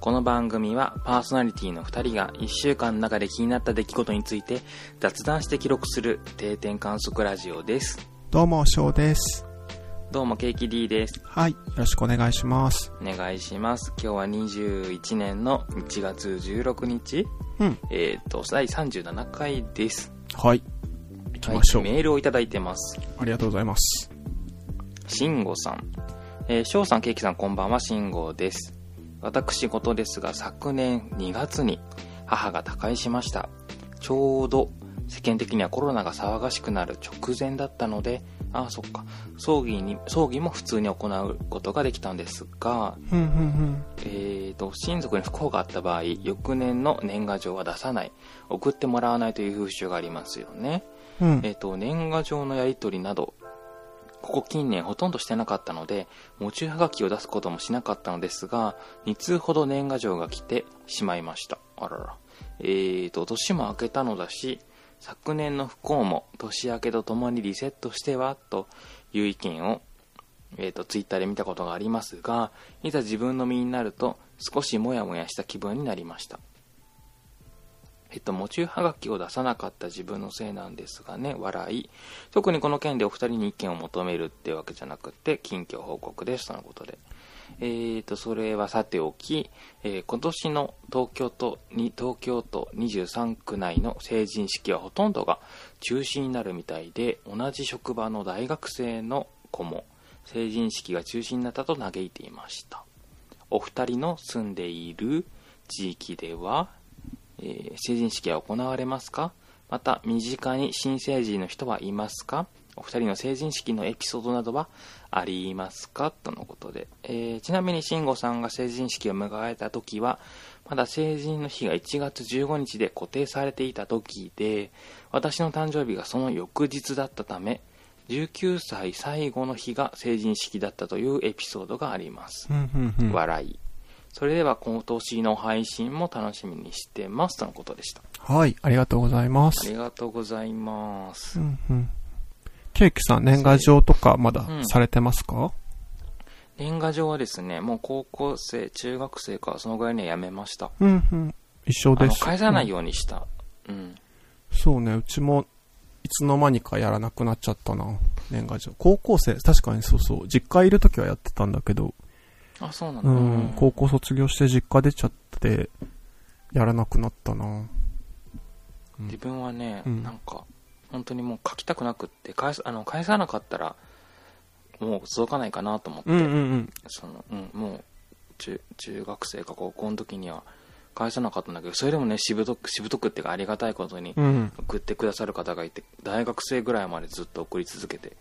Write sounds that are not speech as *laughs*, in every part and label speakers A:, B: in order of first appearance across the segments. A: この番組はパーソナリティの2人が1週間の中で気になった出来事について雑談して記録する定点観測ラジオです。
B: どうも、翔です。
A: どうもケーキ D です。
B: はい、よろしくお願いします。
A: お願いします。今日は21年の1月16日、
B: うん。
A: えっ、と、第37回です。
B: はい。行きましょう。
A: はいメールをいただいてます。
B: ありがとうございます。
A: しんごさん。えー、しょうさん、ケーキさん、こんばんは、しんごです。私事ですが、昨年2月に母が他界しました。ちょうど世間的にはコロナが騒がしくなる直前だったので、ああ、そっか、葬儀に、葬儀も普通に行うことができたんですが、
B: うん、うん、
A: えー、と親族に不幸があった場合翌年の年賀状は出さない送ってもらわないという風習がありますよね、
B: うん。うん。
A: えー、と年賀状のやり取りなどここ近年ほとんどしてなかったので持ちはがきを出すこともしなかったのですが2通ほど年賀状が来てしまいましたあららえー、と年も明けたのだし昨年の不幸も年明けとともにリセットしてはという意見をえー、と、ツイッターで見たことがありますが、いざ自分の身になると、少しモヤモヤした気分になりました。えっと、喪中はがきを出さなかった自分のせいなんですがね、笑い。特にこの件でお二人に意見を求めるってわけじゃなくて、近況報告です、とのことで。えー、と、それはさておき、えー今年の東京都に、東京都23区内の成人式はほとんどが中止になるみたいで、同じ職場の大学生の子も、成人式が中止になったと嘆いていました。お二人の住んでいる地域では、えー成人式は行われますかまた、身近に新成人の人はいますかお二人の成人式のエピソードなどはありますかとのことで、えーちなみに慎吾さんが成人式を迎えた時は、まだ成人の日が1月15日で固定されていた時で、私の誕生日がその翌日だったため、19歳最後の日が成人式だったというエピソードがあります。
B: うん、うん、うん。は
A: 笑い。それでは今年の配信も楽しみにしてますとのことでした。
B: い、ありがとうございま
A: あり
B: す。
A: がとうございま
B: う
A: す。
B: ん、うん。ケーキさん、年賀状とかまだ
A: うん
B: されてますか、
A: 年賀状はですね、もう高校生、中学生か、そのぐらいにはやめました。
B: うん、うん、一緒
A: あ
B: で
A: の
B: す。
A: 返さない
B: よ、
A: ようにした。うん。
B: そうね、うちも、いつの間にかやらなくなっちゃったな。年賀状。高校生、確かにそうそう。実家いるときはやってたんだけど、
A: あ、そうなんだ。
B: うん、高校卒業して実家出ちゃって、やらなくなったな。
A: 自分はね、
B: うん
A: なんか、本当にもう書きたくなくって、返す、あの、返さなかったら、もう届かないかなと思って、
B: うんうんうん。
A: その、うん、もう、中、中学生か高校の時には返さなかったんだけど、それでもね、しぶとく、しぶとくっていうかありがたいことに、
B: うん。
A: 送ってくださる方がいて大学生ぐらいまでずっと送り続けて、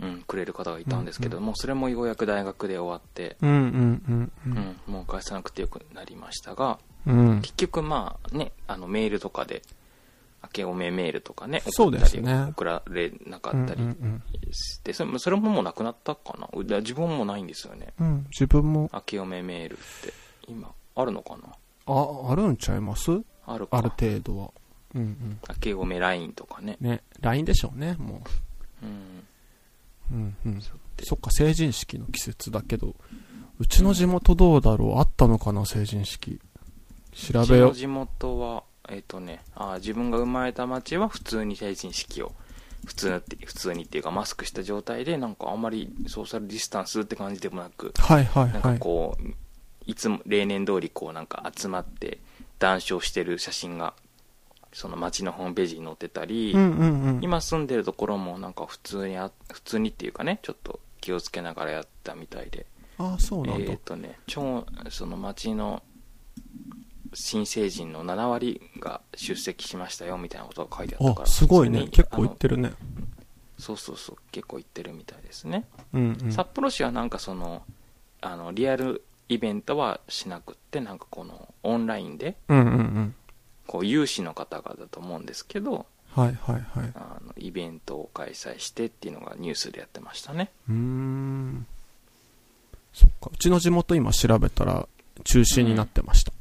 A: うん、くれる方がいたんですけど、
B: う
A: もうそれもようやく大学で終わって、
B: うんうんう
A: うん
B: ん
A: もう返さなくてよくなりましたが
B: うん。うん。
A: 結局まあねあのメールとかで明けおめメールとかね
B: そ
A: 送っ
B: うで
A: た
B: す
A: り、
B: ね
A: 送られなか
B: うん
A: ったり
B: うん
A: して、それそれももうなくなったかなう自分もないんですよね
B: うん。うん。自分も、
A: 明けおめメールって今あるのかな
B: あ、あるんちゃいます
A: あるか
B: ある程度は。うん
A: 明けおめ LINE とかね
B: うん。ね、LINE でしょうね、も
A: うん
B: う。うんうん。
A: そうって
B: そっか、成人式の季節だけど、うちの地元どうだろうあったのかな、成人式。調
A: うち
B: べよ
A: の
B: う。
A: 地元はえっ、とねあー自分が生まれた町は普通に成人式を普通って普通にっていうかマスクした状態でなんかあんまりソーシャルディスタンスって感じでもなく
B: はいは
A: な
B: い
A: ん
B: は
A: か
B: い。
A: こう、い、つも例年通りこうなんか集まって談笑してる写真がその町のホームページに載ってたり、
B: うんうんうん。
A: 今住んでるところもなんか普通にあ普通にっていうかねちょっと気をつけながらやったみたいで
B: あ、そうなん
A: え
B: だ
A: っ。とね、超その町の新成人の7割が出席しましたよみたいなことが書いてあったか
B: あ、
A: ら、
B: すごい
A: 普通
B: ね。
A: に
B: 結構行ってるね。
A: あのそうそうそう、結構行ってるみたいですね。
B: うんうん。
A: 札幌市はなんかその、あのリアルイベントはしなくって、なんかこのオンラインで、
B: うんうんうん。
A: こう有志の方々だと思うんですけど、
B: はいはいはい。
A: あのイベントを開催してっていうのがニュースでやってましたね。
B: うーん。そっか。うちの地元今調べたら中止になってました。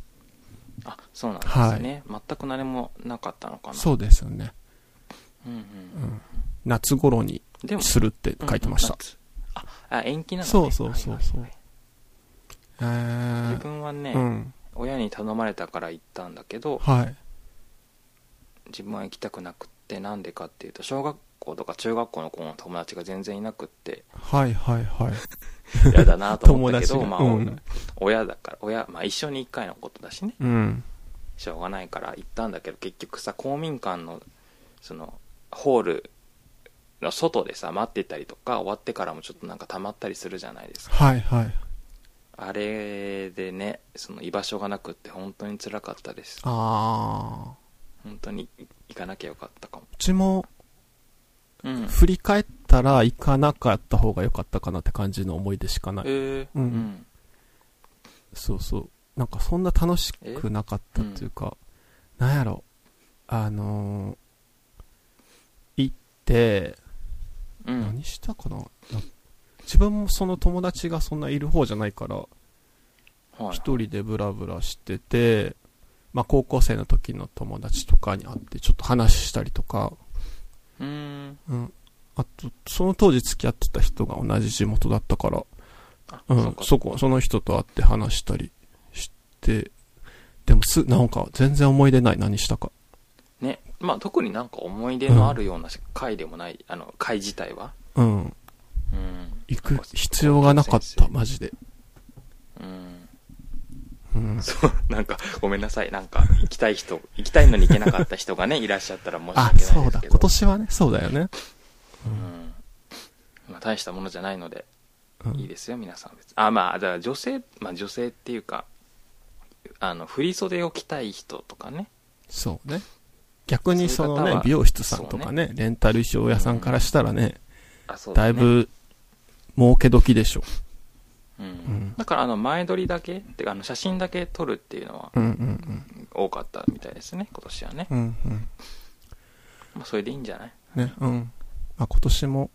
A: あ、そうなんですね。全く何もなかったのかな。
B: そうですよね。
A: うんうん
B: うん。夏頃に
A: でも
B: するって書いてました。
A: うんうん夏ああ延期なのね
B: そうそうそうそう
A: はいはいはい
B: え
A: 自
B: ー、
A: 分はね、
B: うん。
A: 親に頼まれたから行ったんだけど
B: はい。
A: 自分は行きたくなくってなんでかっていうと小学校とか中学校の子の友達が全然いなくって
B: はいはいはい。
A: 嫌だなと思ったけど、
B: *laughs* 友達
A: ま
B: が
A: あ、
B: うん
A: 親だから親、まあ、一緒に1回のことだしね
B: うん。
A: しょうがないから行ったんだけど結局さ公民館のそのホールの外でさ待ってたりとか終わってからもちょっとなんか溜まったりするじゃないですか
B: はいはい。
A: あれでねその居場所がなくって本当に辛かったです
B: あー。
A: 本当に行かなきゃよかったかも
B: うちも、
A: うん
B: 振り返ったら行かなかった方が良かったかなって感じの思い出しかない。
A: えー
B: うん
A: うん
B: そうそう。なんかそんな楽しくなかったっていうか、なんやろ。あのー、行って、
A: うん
B: 何したかなな自分もその友達がそんないる方じゃないから、
A: はい
B: 一人でブラブラしてて、まあ高校生の時の友達とかに会ってちょっと話したりとか、
A: うーん
B: うん。あと、その当時付き合ってた人が同じ地元だったから、
A: あ
B: う
A: そっ
B: ん、
A: か
B: そこ、その人と会って話したりして、でもす、なんか全然思い出ない何したか。
A: ねまあ特になんか思い出のあるような回でもない、あの回自体は
B: うん。
A: うん
B: 行く必要がなかった、マジで。
A: うん
B: うん。
A: そう、なんか、ごめんなさい。なんか、行きたい人、行きたいのに行けなかった人
B: *laughs*
A: がね、いらっしゃったら申し訳ない
B: あ
A: で、すけど。
B: そうだ、今年はね、そうだよね。
A: うん。まあ、大したものじゃないので、
B: うん
A: いいですよ、皆さん。別にあ、まあ、だから女性、まあ女性っていうか、あの、振り袖を着たい人とかね。
B: そうね。逆にその
A: そういう方
B: ね
A: は、
B: 美容室さんとかね、レンタル衣装屋さんからしたらね、
A: あ、そうだ、
B: だ
A: ね。
B: い、ぶ、儲け時でしょ。
A: うん。
B: ん
A: だから、あの、前撮りだけ、ってか、あの、写真だけ撮るっていうのは
B: うんうん
A: 多かったみたいですね、今年はね。
B: うん。うんうん。
A: まあ、それでいいんじゃない
B: ね、うん。まあ今年も、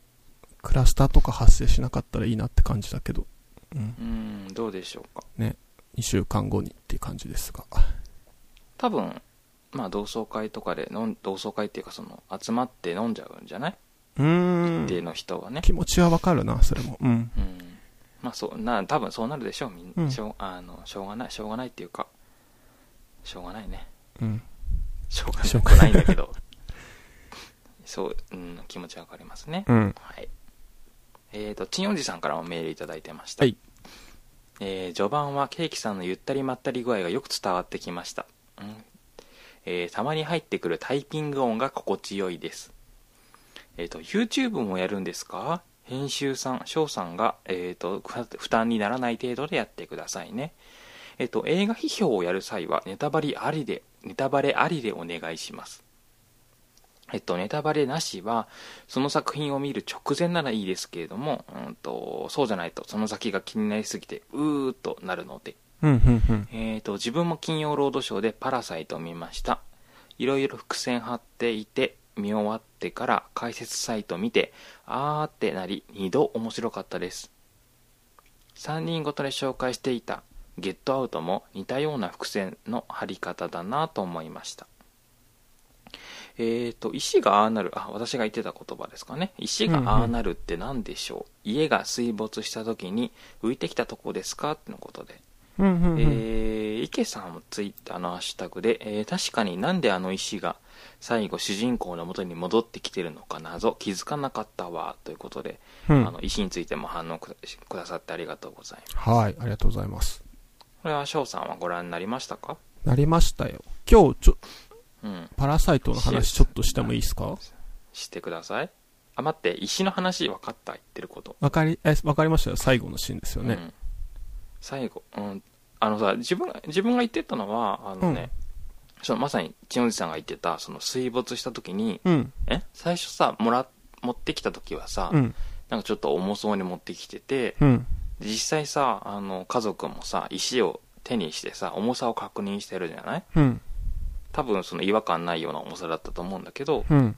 B: クラスターとか発生しなかったらいいなって感じだけど、うん。
A: うん、どうでしょうか。
B: 2週間後にっていう感じですが。
A: 多分、まあ、同窓会とかで飲ん、同窓会っていうか、その、集まって飲んじゃうんじゃないう
B: ー。
A: っていうんの人はね、
B: 気持ちはわかるな、それも。うん。
A: うん、まあそうな多分そうなるでしょうみん、
B: うん
A: しょうあのしょうがないしょうがないっていうかしょうがないね
B: うん。
A: しょうが
B: しょ
A: な
B: う
A: く
B: がな
A: ないいんだけど *laughs* そう、うん、気持ちわかりますね、
B: うん。
A: はいえーとちんおじさんからもメールいただいてました、
B: はい
A: えー序盤はケーキさんのゆったりまったり具合がよく伝わってきました、うんえーたまに入ってくるタイピング音が心地よいですえっ、と YouTube もやるんですか編集さん翔さんが、えー、とふ負担にならない程度でやってくださいねえっ、と映画批評をやる際はネタバレありでネタバレありでお願いしますえっと、ネタバレなしは、その作品を見る直前ならいいですけれども、うんと、そうじゃないと、その先が気になりすぎて、うーっとなるので、
B: うん、うん、うん。
A: えー、と自分も金曜ロードショーで「パラサイト」を見ましたいろいろ伏線張っていて見終わってから解説サイト見てあーってなり2度面白かったです3人ごとで紹介していた「ゲットアウト」も似たような伏線の張り方だなと思いましたえー、と石がああなるあ私が言ってた言葉ですかね石がああなるって何でしょう、家が水没した時に浮いてきたとこですかってのことで
B: うん、うん、うん。
A: えー、池さんもツイッターのハッシュタグで、えー確かになんであの石が最後主人公の元に戻ってきてるのか謎気づかなかったわということで、
B: うん
A: あの石についても反応くくださってありがとうございます
B: はい、ありがとうございます。
A: これは翔さんはご覧になりましたか
B: なりましたよ。今日、ちょ、
A: うん
B: パラサイトの話ちょっとしてもいいですか
A: してくださいあ待って石の話分かった言ってること
B: わかり、え、わかりましたよ。最後のシーンですよ
A: う
B: ね。
A: ん、最後、うん、あのさ自分が自分が言ってたのはあのね、そのまさに千代さんが言ってたその水没した時に、
B: うん。
A: え最初さもら持ってきた時はさ、
B: うん。
A: なんかちょっと重そうに持ってきてて
B: うん。
A: 実際さあの家族もさ石を手にしてさ重さを確認してるじゃない
B: うん。
A: 多分その違和感ないような重さだったと思うんだけど
B: うん。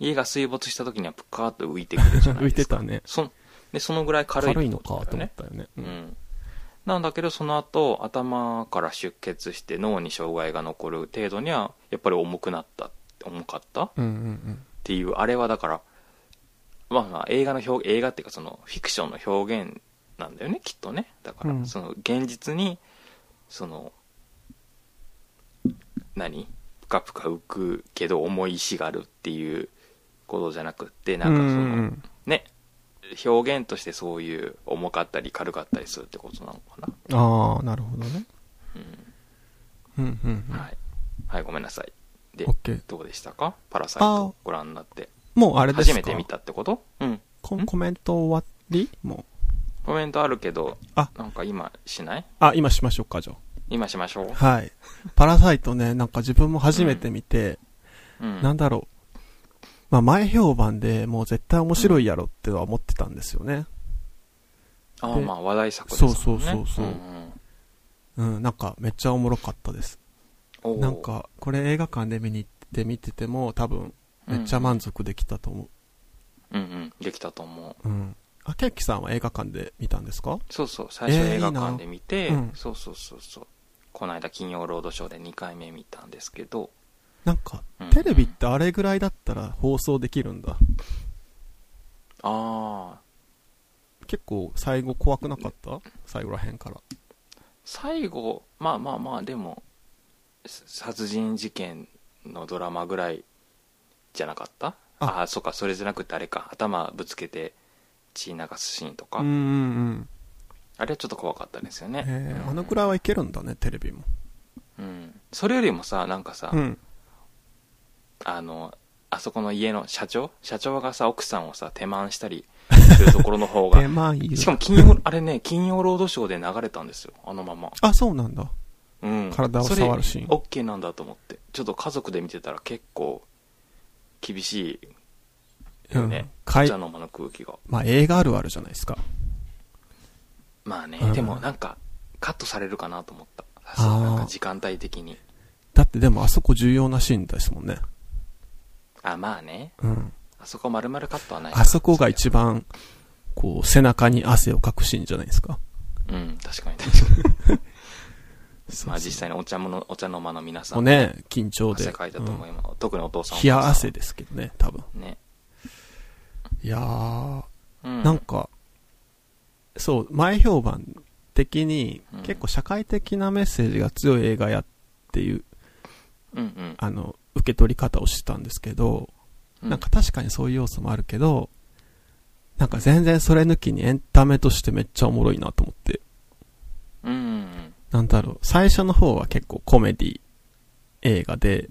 A: 家が水没した時にはプカーッと浮いてくるじゃない
B: *laughs* 浮い
A: で
B: て
A: すか
B: たね。
A: そでそのぐらい軽い
B: 軽いの
A: ってこ
B: か
A: だよ
B: と思
A: ね
B: ったよね。
A: うん、なんだけどその後頭から出血して脳に障害が残る程度にはやっぱり重くなった重かったっ
B: うんうん
A: ていうあれはだからまあまあ映画の表映画っていうかそのフィクションの表現なんだよねきっとねだから、
B: うん
A: その現実にその何プカプカ浮くけど重い石があるっていうことじゃなくってなんかその、
B: うん
A: ね表現としてそういう重かったり軽かったりするってことなのかな、
B: ああなるほどね
A: うん
B: うんうんうん
A: はい、はい、ごめんなさいで
B: オッケー
A: どうでしたか「パラサイト」ご覧になって
B: もうあれで
A: 初
B: すか
A: めて見たってことうん
B: コ
A: ん
B: コメント終わりもう
A: コメントあるけど
B: あ
A: なんか今しない
B: あ今しましょうかじゃ
A: 今しましょう
B: あ、はいパラサイトねなんか自分も初めて見て、
A: うん、
B: なんだろうまあ前評判でもう絶対面白いやろっては思ってたんですよね
A: ああ
B: で
A: まあ話題作ですもんね
B: そうそうそうそうんうんなんかめっちゃおもろかったです
A: おー
B: なんかこれ映画館で見に行って見てても多分めっちゃ満足できたと思
A: うんうんできたと思う
B: ううん明きさんは映画館で見たんですか
A: そうそう最初
B: えー
A: 映画館で見て、
B: いいなうん
A: そうそうそうそうこの間金曜ロードショーで2回目見たんですけど
B: なんか
A: うん
B: テレビってあれぐらいだったら放送できるんだ
A: ああ
B: 結構最後怖くなかった最後らへんから
A: 最後まあまあまあでもさ殺人事件のドラマぐらいじゃなかったあ
B: あ
A: あーそうかそれじゃなくてあれか頭ぶつけて血流すシーンとか、
B: うんうんうん
A: あれはちょっと怖かったですよね、
B: え
A: う
B: ー
A: ん
B: あのぐらいはいけるんだねテレビも
A: うん、それよりもさなんかさ、
B: うん
A: あのあそこの家の社長社長がさ奥さんをさ手満したり *laughs* するところの方が
B: 手間いる
A: しかも金曜あれね金曜ロードショーで流れたんですよあのまま、
B: あそうなんだ
A: うん、
B: 体を触るシーン
A: それ OK なんだと思ってちょっと家族で見てたら結構厳しいよね、
B: うんかい
A: 茶の間の空気が
B: まあ映画あるあるじゃないですか
A: まあね、
B: うん
A: でもなんかカットされるかなと思ったさすがになんか時間帯的に
B: だってでもあそこ重要なシーンですもんね
A: あまあね
B: うん
A: あそこ丸々カットはない
B: あそこが一
A: 番
B: 番こう背中に汗をかくシーンじゃないですか
A: うん確かに確かにまあ
B: そう
A: 実際にお茶ものお茶の間の皆さ
B: もうんね緊張で
A: 汗かいたと思います、特にお父
B: う
A: さ
B: ん
A: ん
B: 冷や汗
A: で
B: ですけどね多分
A: ね、
B: いやー
A: うん、
B: なんか、そう、前評判的に
A: うん、
B: 結構社会的なメッセージが強い映画やっていう、
A: うんうん
B: あの、受け取り方をしてたんですけど、
A: う
B: なんか確かにそういう要素もあるけど、なんか全然それ抜きにエンタメとしてめっちゃおもろいなと思って。
A: うんうん
B: なんだろう、最初の方は結構コメディ映画で、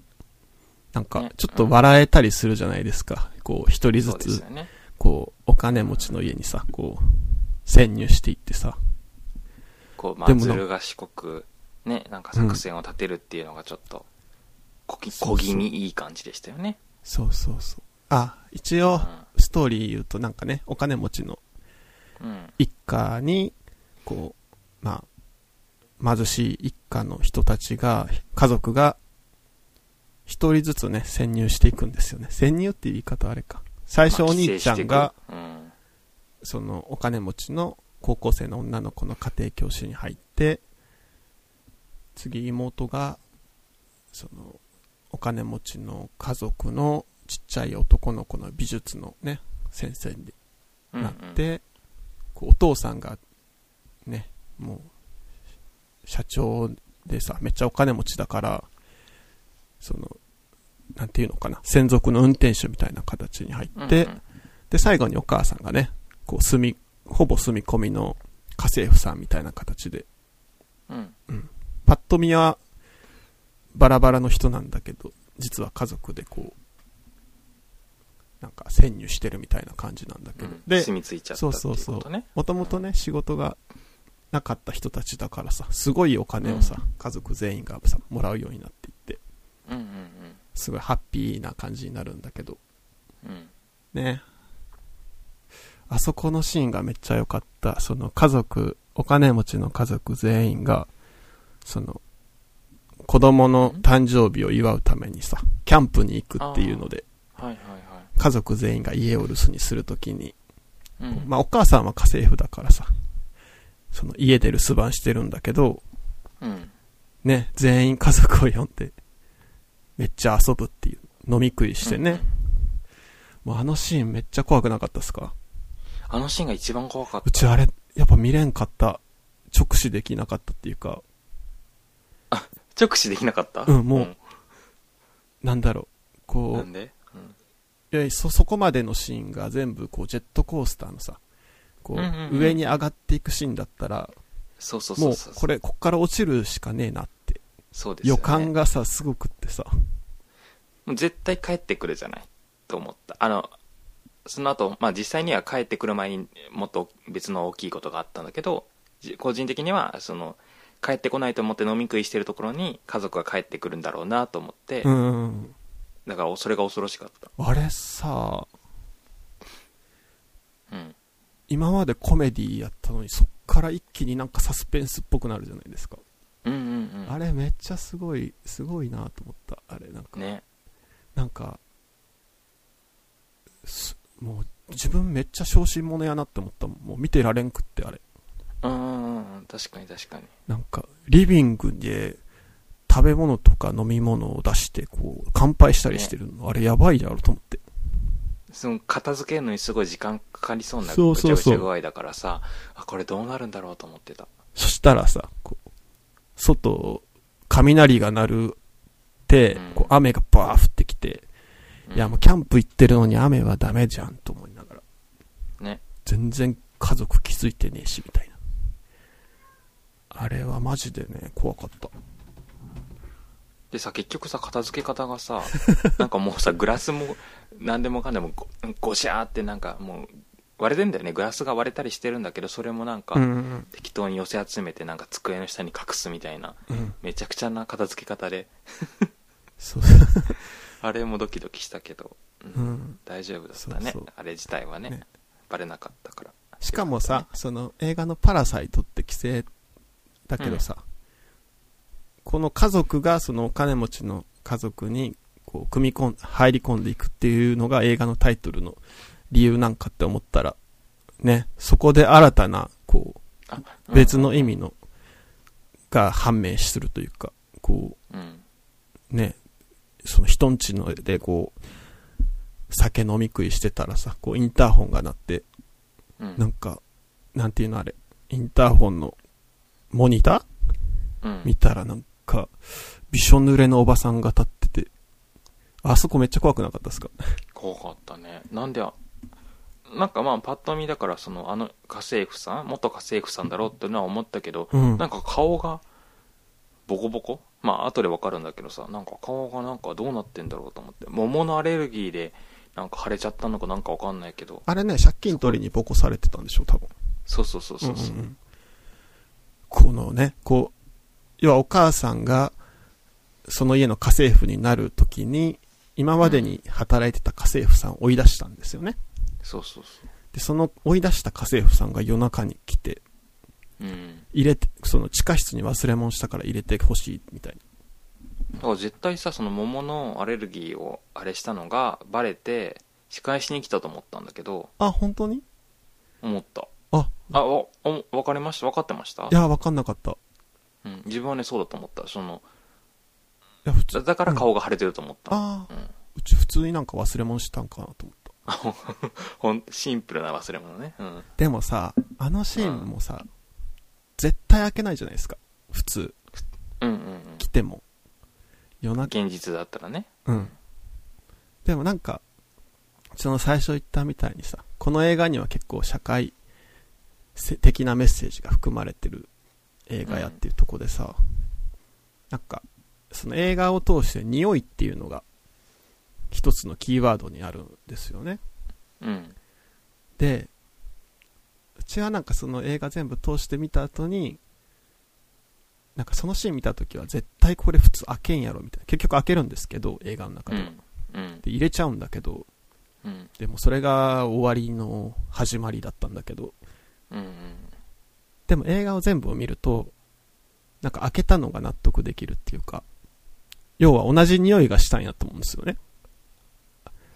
B: なんか
A: ね
B: ちょっと笑えたりするじゃないですか。こう、一
A: う
B: 人
A: ん
B: ず
A: そうです
B: つ
A: よ、ね
B: こう、お金持ちの家にさ、こう、潜入していってさ、
A: こうまあ
B: でも
A: ず
B: な
A: る賢くねなんか作戦を立てるっていうのがちょっとこぎ
B: そうそう
A: 小気味いい感じでしたよね
B: そうそうそう。あ、一応、ストーリー言うとなんかね、お金持ちの
A: うんうん
B: 一家に、こう、まあ、貧しい一家の人たちが、家族が、一人ずつね、潜入していくんですよね。潜入っていう言い方あれか。最初
A: まあ
B: お兄ちゃんが、、
A: 寄生していくうん
B: そのお金持ちの高校生の女の子の家庭教師に入って、次妹が、その、お金持ちの家族のちっちゃい男の子の美術のね、先生に
A: うんうん
B: なって、こうお父さんが、ね、もう、社長でさ、めっちゃお金持ちだから、その、なんていうのかな、専属の運転手みたいな形に入って、
A: うんうん
B: で、最後にお母さんがね、こう、住み、ほぼ住み込みの家政婦さんみたいな形で、
A: うん
B: パッと見はバラバラの人なんだけど、実は家族でこう、なんか潜入してるみたいな感じなんだけ
A: う
B: ど。
A: ん
B: で
A: 住、み着いちゃったっていうことね
B: もともとね、仕事がなかった人たちだからさ、すごいお金をさ、家族全員がさ、もらうようになっていって、
A: うんうん
B: すごいハッピーな感じになるんだけど、
A: うんうん
B: ね。あそこのシーンがめっちゃ良かった。その家族、お金持ちの家族全員が、その、子供の誕生日を祝うためにさ、キャンプに行くっていうので、
A: はいはい
B: 家族全員が家を留守にするときに、
A: はい、うん
B: まあお母さんは家政婦だからさ、その家で留守番してるんだけど、
A: うん
B: ね、全員家族を呼んで、めっちゃ遊ぶっていう、飲み食いしてね。もうあのシーンめっちゃ怖くなかったっすか
A: あのシーンが一番怖かった
B: うちあれ、やっぱ見れんかった。直視できなかったっていうか、
A: 直視できなかった
B: うんもうなんだろう。
A: うんな
B: こ
A: んで、うん
B: う、いやそ、そこまでのシーンが全部、こう、ジェットコースターのさ、こう、
A: うんうんうん
B: 上に上がっていくシーンだったら、
A: そうそうそ
B: も
A: う
B: う
A: そう、
B: これ、こっから落ちるしかねえなって、
A: そうですよ
B: 予
A: ね
B: 感がさ、すごくってさ、
A: もう絶対帰ってくるじゃないと思ったあのその後、まあ実際には帰ってくる前にもっと別の大きいことがあったんだけどじ個人的にはその帰ってこないと思って飲み食いしてるところに家族が帰ってくるんだろうなと思って、
B: うん。
A: だからそれが恐ろしかっ
B: あれさ、
A: たうん
B: 今までコメディやったのに、そっから一気になんかサスペンスっぽくなるじゃないですか。
A: うんうんうん
B: あれめっちゃすごい、すごいなと思った。あれなんか、
A: ね
B: なんか、すもう自分めっちゃ小心者やなって思ったもん。もう見てられんくってあれ。
A: うんうんうん確かに確かに
B: なんか、リビングで食べ物とか飲み物を出して、こう、乾杯したりしてるの。あれやばいだろうと思って。
A: その片付けるのにすごい時間かかりそうな
B: そ
A: ぐ
B: う
A: ち
B: そ
A: ゃ
B: う
A: ぐち
B: そう
A: ゃ具合だからさあこれどうなるんだろうと思ってた
B: そしたらさ、こう、外、雷が鳴るって
A: うん、
B: こう、雨がバー降ってきて、
A: うん
B: いや、もうキャンプ行ってるのに雨はダメじゃんと思いながら。
A: ね
B: 全然家族気づいてねえし、みたいな。あれはマジでね、怖かった。
A: でさ結局さ片付け方が
B: *laughs*
A: さなんかもうさグラスも何でもかんでもゴゴシャーってなんかもう割れてんだよねグラスが割れたりしてるんだけどそれもなんか、
B: ん。
A: 適当に寄せ集めてなんか机の下に隠すみたいな
B: うん。
A: めちゃくちゃな片付け方で
B: そう。 *laughs*
A: あれもドキドキしたけど、う
B: うんん。
A: 大丈夫だったね
B: そうそう
A: あれ自体はね
B: ね
A: バレなかったから
B: しかもさ、その映画のパラサイトって規制だけどさ、この家族がそのお金持ちの家族にこう組み込ん、入り込んでいくっていうのが映画のタイトルの理由なんかって思ったら、ね、そこで新たな、こ
A: あ
B: う、別
A: の、
B: の意味の、が判明するというか、こ
A: うん、
B: う、ね、その人んちのでこう、酒飲み食いしてたらさ、こうインターホンが鳴って、
A: うん
B: なんか、なんていうのあれ、インターホンのモニタ
A: うん
B: ー見たらなんか、びしょ濡れのおばさんが立ってて、あそこめっちゃ怖くなかったですか
A: 怖かったねなんであなんかまあパッと見だからそのあの家政婦さん元家政婦さんだろうってのは思ったけど、
B: うん
A: なんか顔がボコボコまあ後でわかるんだけどさなんか顔がなんかどうなってんだろうと思って桃のアレルギーでなんか腫れちゃったのかなんかわかんないけど
B: あれね、借金取りにボコされてたんでしょ、多分。
A: そうそうそうそうそう
B: うんうんうんこのね、こう、要はお母さんが、その家の家政婦になるときに、今までに働いてた家政婦さんを追い出したんですよね。
A: そうそうそ
B: で、その追い出した家政婦さんが夜中に来て、
A: ううん
B: 入れて、その地下室に忘れ物したから入れてほしいみたい
A: だから絶対さその桃のアレルギーをあれしたのがバレて仕返しに来たと思ったんだけど
B: な。あ、本当に
A: 思った
B: あ、
A: あわお分かりました分かってました
B: いや、わかんなかった。い
A: うん、自分はねそうだと思ったその
B: や、普
A: だ
B: 通、
A: だから顔が腫れてると思った、
B: ああ、
A: うん
B: うち普通になんか忘れ物したんかなと思った。
A: ほん *laughs* シンプルな忘れ物ねうん
B: でもさ、あのシーンもさ、絶対開けないじゃないですか。普通、
A: うんうんうん
B: 来ても。夜中、
A: 現実だったらね
B: うん。でもなんか、その最初言ったみたいにさ、この映画には結構社会せ的なメッセージが含まれてる映画やっていうとこでさ、なんか、その映画を通して匂いっていうのが一つのキーワードにあるんですよね。
A: うん
B: で、うちはなんかその映画全部通して見た後に、なんかそのシーン見た時は絶対これ普通開けんやろみたいな。結局開けるんですけど、映画の中
A: う
B: では。
A: んうん
B: で入れちゃうんだけど
A: うん
B: でもそれが終わりの始まりだったんだけど
A: うんうん
B: でも映画を全部見るとなんか開けたのが納得できるっていうか要は同じ匂いがしたんやと思うんですよね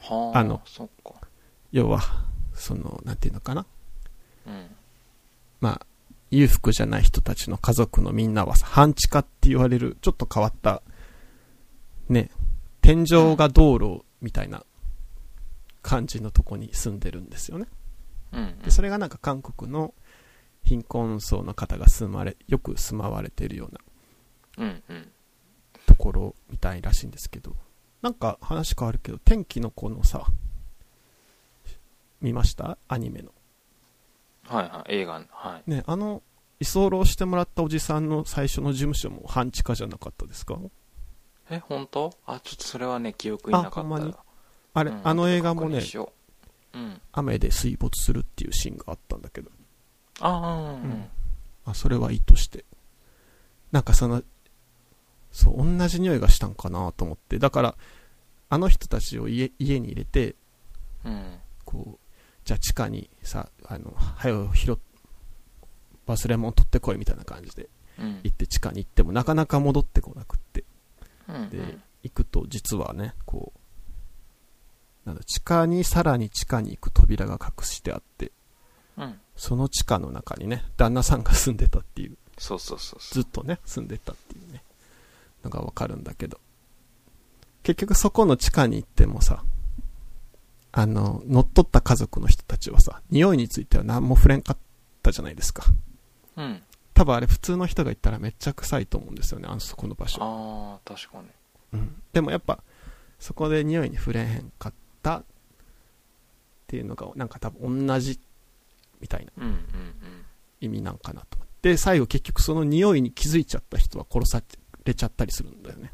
A: はあ
B: あの
A: そっか
B: 要はそのなんていうのかな
A: うん
B: まあ裕福じゃない人たちの家族のみんなはさ半地下って言われるちょっと変わったね天井が道路みたいな感じのとこに住んでるんですよね
A: うんうん
B: でそれがなんか韓国の貧困層の方が住まれよく住まわれているような
A: うんうん
B: ところみたいらしいんですけどなんか話変わるけど天気の子のさ見ましたアニメの
A: はいはい映画はい
B: ねあの居候してもらったおじさんの最初の事務所も半地下じゃなかったですか
A: え本当あちょっとそれはね記憶になか
B: あほん
A: っ
B: ま
A: た
B: にあれ、
A: うん
B: あの映画も
A: 後で確
B: ね
A: 認しよううん
B: 雨で水没するっていうシーンがあったんだけど
A: あーうん、
B: うんあそれはいいとしてなんかそのそう同じ匂いがしたんかなと思ってだからあの人たちを家家に入れて
A: うん
B: こうじゃあ地下にさあの早う拾っ忘れ物取ってこいみたいな感じで
A: うん
B: 行って地下に行ってもなかなか戻ってこなくって
A: うん
B: で
A: うん
B: 行くと実はねこうなんだ地下にさらに地下に行く扉が隠してあって
A: うん
B: その地下の中にね旦那さんが住んでたっていう
A: そうそうそうそ
B: ず
A: う
B: っとね住んでたっていうねのがわかるんだけど結局そこの地下に行ってもさあの乗っ取った家族の人たちはさ匂いについては何も触れんかったじゃないですか
A: うん
B: 多分あれ普通の人が行ったらめっちゃ臭いと思うんですよねあそこの場所
A: ああ確かに
B: うん、でもやっぱそこで匂いに触れへんかったっていうのがなんか多分同じみたいな
A: うんうんうん
B: 意味なんかなと思ってで最後結局その匂いに気づいちゃった人は殺されちゃったりするんだよね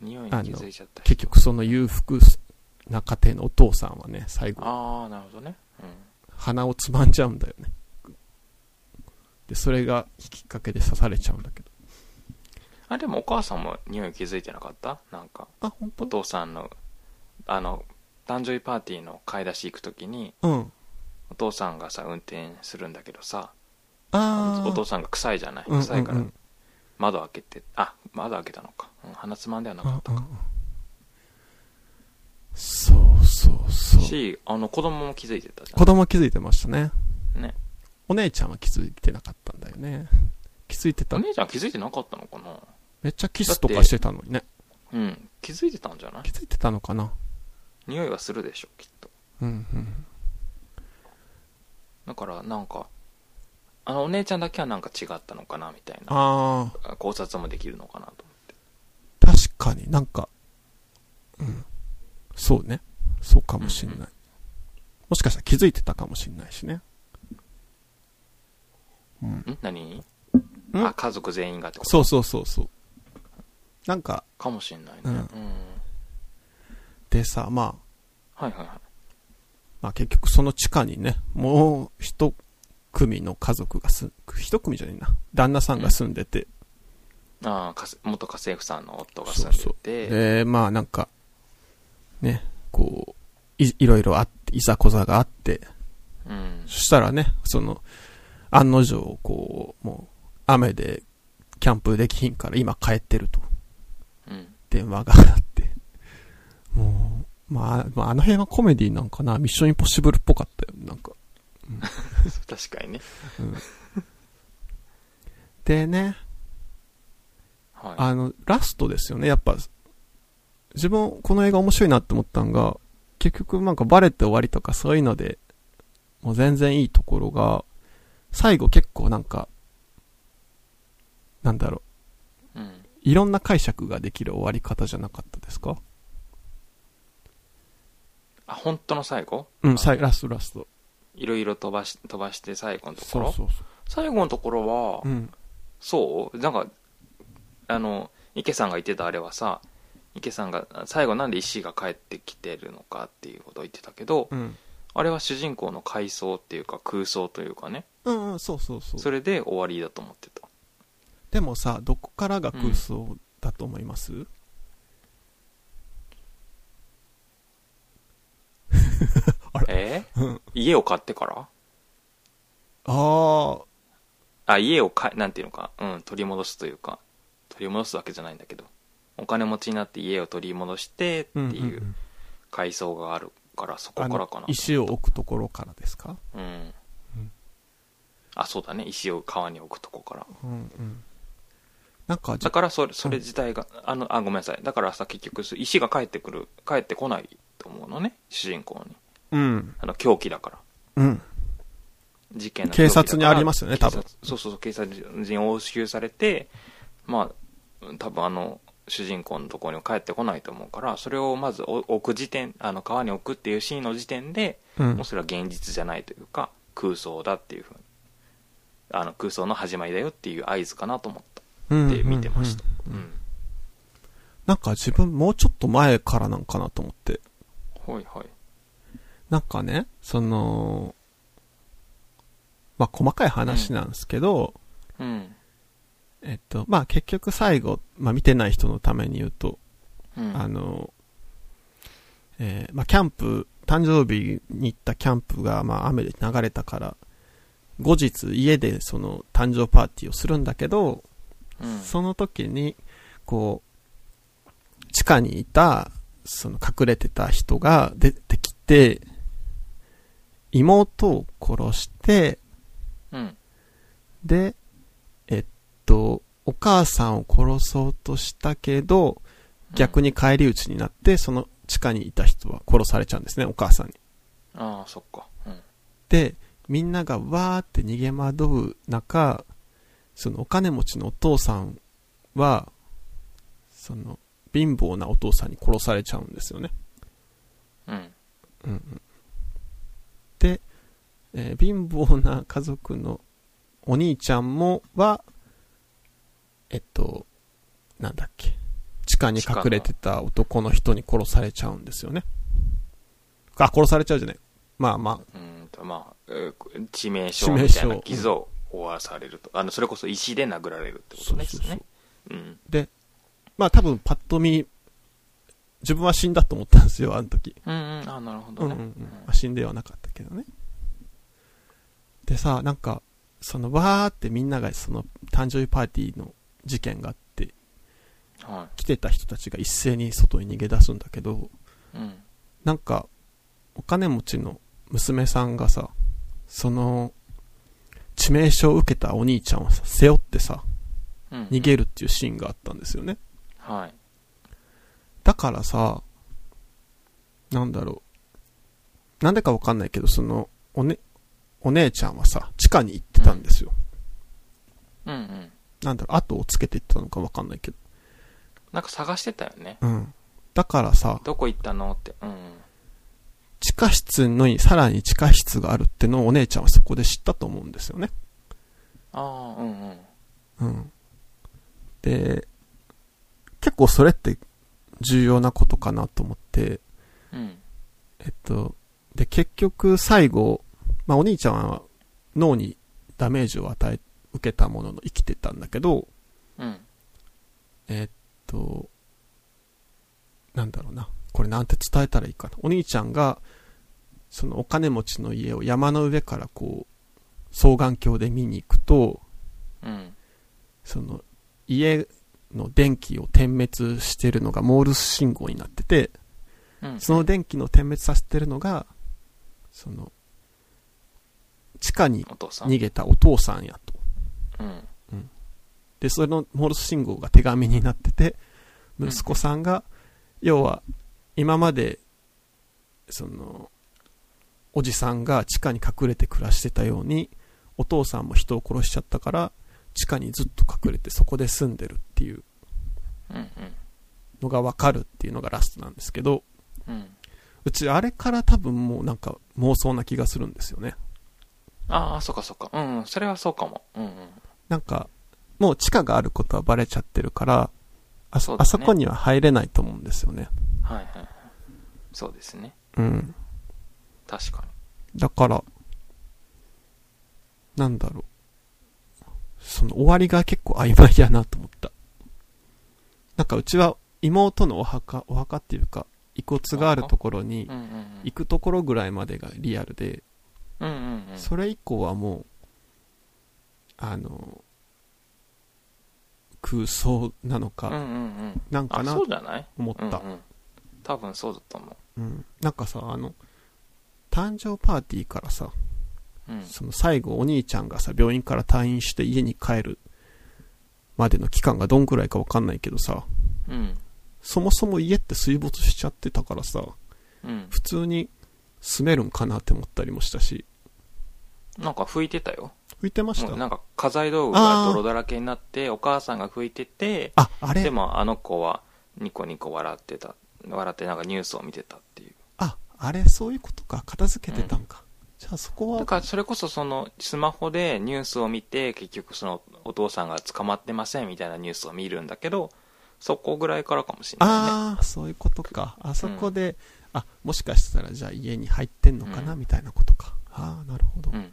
A: 匂いに気づいちゃった人
B: 結局その裕福な家庭のお父さんはね最後
A: ああなるほどねうん
B: 鼻をつまんじゃうんだよねでそれがきっかけで刺されちゃうんだけど
A: あでもお母さんも匂い気づいてなかったなんか
B: あ本
A: お
B: 当
A: 父さんのあの誕生日パーティーの買い出し行く時に
B: うん
A: お父さんがさ運転するんだけどさ
B: ああ
A: お父さんが臭いじゃない
B: うんうんうん
A: 臭いから窓開けてあ窓開けたのか、うん鼻つまんではなかった
B: うんうんうんそうそうそう
A: しあの子供も気づいてたじ
B: 子供は気づいてましたね
A: ゃんね
B: お姉ちゃんは気づいてなかったんだよね気づいてた
A: お姉ちゃん気づいてなかったのかな
B: めっちゃキスとかしてたのにね
A: うん気づいてたんじゃない
B: 気づいてたのかな
A: 匂いはするでしょきっと
B: うんうん
A: だからなんかあのお姉ちゃんだけはなんか違ったのかなみたいな
B: ああ
A: 考察もできるのかなと
B: 確かになんかうんそうねそうかもしんない、
A: うんう
B: もしかしたら気づいてたかもしんないしねうん
A: ん何
B: ん
A: あ家族全員がってこと
B: そうそうそうそうなんか
A: かもしれないね、
B: う
A: うんん
B: でさまあ
A: はいはいは
B: まあ結局その地下にね、もう一組の家族がす、一組じゃねえな。旦那さんが住んでて。
A: いああかす元家政婦さんの夫が
B: そ
A: 住
B: うそうん
A: でて
B: で、まあなんか、ね、こう、い、いろいろあって、いざこざがあって、
A: うん
B: そしたらね、その、案の定、こう、もう、雨でキャンプできひんから今帰ってると、 *laughs*
A: うん
B: 電話があって。もう、まあ、まあ、あの辺はコメディなんかな、ミッションインポッシブルっぽかったよ、なんか。
A: 確かにね
B: でね、
A: はい
B: あの、ラストですよね。やっぱ、自分、この映画面白いなって思ったのが、結局なんかバレて終わりとかそういうので、もう全然いいところが、最後結構なんか、なんだろ
A: うん
B: う、いろんな解釈ができる終わり方じゃなかったですか
A: あ本当の最後
B: うん、
A: あ
B: 最ラストラスト。
A: いろいろ飛ばし飛ばして最後のとこ
B: そ
A: ろ
B: うそうそ
A: 最後のところは、
B: う。うん。
A: そうなんかあの池さんが言ってたあれはさ池さんが最後なんで石井が帰ってきてるのかっていうことを言ってたけど、
B: うん。
A: あれは主人公の回想っていうか空想というかね
B: うんうん、そうそうそう。
A: それで終わりだと思ってた
B: でもさ、どこからが空想だと思います、
A: え
B: うん。
A: *laughs* 家を買ってから
B: ああ、
A: あ家をかなんていうのか、うん、取り戻すというか取り戻すわけじゃないんだけどお金持ちになって家を取り戻してって
B: うんん
A: いうん階層があるからそこ
B: あ
A: から
B: の
A: かな
B: 石を置くところからですか
A: うん、
B: うん
A: あそうだね石を川に置くとこから
B: うんうんなんかじ
A: だ
B: ゃ
A: からそれそれ自体が、あのあごめんなさいだからさ結局石が帰ってくる帰ってこないと思うのね主人公に
B: うん
A: あの狂気だから
B: うん
A: 事件の
B: 警察にありますよね
A: 容疑だから
B: 多分
A: 警察そうそうそう、警察に押収されて、まあ、多分あの、主人公のところには帰ってこないと思うから、それをまずお置く時点、あの、川に置くっていうシーンの時点で、
B: うん
A: もうそれは現実じゃないというか、空想だっていうふうに、あの、空想の始まりだよっていう合図かなと思った。
B: うん
A: で見てました
B: うん
A: う
B: うん
A: ん。
B: なんか自分もうちょっと前からなんかなと思って。
A: はいはい。
B: なんかね、その、まあ、細かい話なんですけど、
A: うん。
B: えっと、まあ、結局最後、まあ、見てない人のために言うと、
A: うん。
B: あの、えーまあ、キャンプ、誕生日に行ったキャンプが、まあ、雨で流れたから、後日家でその誕生パーティーをするんだけど、
A: うん、
B: その時に、こう、地下にいた、その隠れてた人が出てきて、妹を殺して、
A: うん。
B: で、えっと、お母さんを殺そうとしたけど、逆
A: に。
B: に返り討ちになって、その地下にいた人は殺されちゃうんですね、お母さんに。
A: ああ、そっか。うん。
B: で、みんながわーって逃げ惑う中、そのお金持ちのお父さんは、その、貧乏なお父さんに殺されちゃうんですよね。
A: うん。
B: うんうん、で、えー貧乏な家族のお兄ちゃんも、は、えっと、なんだっけ、地下に隠れてた男の人に殺されちゃうんですよね。あ、殺されちゃうじゃない。まあまあ、
A: うんとまあ、えー致命傷みたいな傷を負わされると、あのそれこそ石で殴られるってことですね
B: そうそうそう
A: うん
B: で、まあ多分パッと見、自分は死んだと思ったんですよ、あの時。
A: うんうんあなるほ
B: う
A: ど
B: ん
A: ね
B: うんうんまあ死んではなかったけどね。でさ、なんか、そのわーってみんながその誕生日パーティーの事件があって、
A: は
B: 来てた人たちが一斉に外に逃げ出すんだけど、
A: いうん
B: なんか、お金持ちの娘さんがさ、その、致命傷を受けたお兄ちゃんをさ背負ってさ、
A: うん
B: 逃げるっていうシーンがあったんですよね。
A: はい
B: だからさ、なんだろう。なんでかわかんないけど、その、おね、お姉ちゃんはさ、地下に行ってたんですよ。
A: うんうん
B: なんだろう、後をつけてったのかわかんないけど。
A: なんか探してたよね
B: うん。だからさ、
A: どこ行ったのってうんうん
B: 地下室のに、さらに地下室があるってのをお姉ちゃんはそこで知ったと思うんですよね。
A: ああうんうん
B: うん。で、結構それって重要なことかなと思って、
A: うん
B: えっと、で、結局、最後、まあ、お兄ちゃんは脳にダメージを与え、受けたものの生きてたんだけど、
A: うん
B: えっと、なんだろうな。これなんて伝えたらいいかな。お兄ちゃんが、そのお金持ちの家を山の上からこう、双眼鏡で見に行くと、
A: うん
B: その、家の電気を点滅してるのがモールス信号になってて、
A: うん
B: その電気の点滅させてるのが、その、地下に
A: お父さん
B: 逃げたお父さんやと。
A: うん
B: で、そのモールス信号が手紙になってて、
A: うん
B: 息子さんが、要は、今まで、その、おじさんが地下に隠れて暮らしてたように、お父さんも人を殺しちゃったから、地下にずっと隠れてそこで住んでるっていう
A: うん
B: のがわかるっていうのがラストなんですけど、
A: うんうん
B: うちあれから多分もうなんか妄想な気がするんですよね。
A: ああそっかそっかうんうんそれはそうかもうんうん
B: なんか、もう地下があることはバレちゃってるから、あそ,、
A: そうだ
B: あ
A: ね
B: そこには入れないと思うんですよね。
A: はいはいはいそうですね
B: うん。
A: 確かに
B: だから、なんだろう。その終わりが結構曖昧やなと思った。なんかうちは妹のお墓、お墓っていうか、遺骨があるところに
A: うんうん
B: 行くところぐらいまでがリアルで、
A: うんうんうんうん
B: それ以降はもう、あの、空想なの
A: うんう
B: か、
A: んうん
B: なんか
A: あ
B: な
A: そうじゃない
B: 思った
A: うん。うん、多分そうだと思
B: うん。なんかさ、あの、誕生パーティーからさ、
A: う、うん、
B: その最後お兄ちゃんがさ、病院から退院して家に帰るまでの期間がどんくらいかわかんないけどさ、
A: うん
B: そもそも家って水没しちゃってたからさ、
A: うん
B: 普通に住めるんかなって思ったりもしたし、
A: なんか拭いてたよ。
B: 拭いてまし
A: もうな
B: た
A: んか家財道具が泥だらけになって、お母さんが拭いてて、
B: ああれ
A: でもあの子はニコニコ笑ってた。笑ってなんかニュースを見てたっていう。
B: ああれそういうことか片付けてたんか、じゃあそこ
A: だ
B: は
A: からそれこそそのスマホでニュースを見て、結局そのお父さんが捕まってませんみたいなニュースを見るんだけど、そこぐらいからかもしれないね。
B: ああそういうことかあそこで、あもしかしたらじゃあ家に入ってんのかな、
A: うん
B: みたいなことかああなるほど、
A: うんうん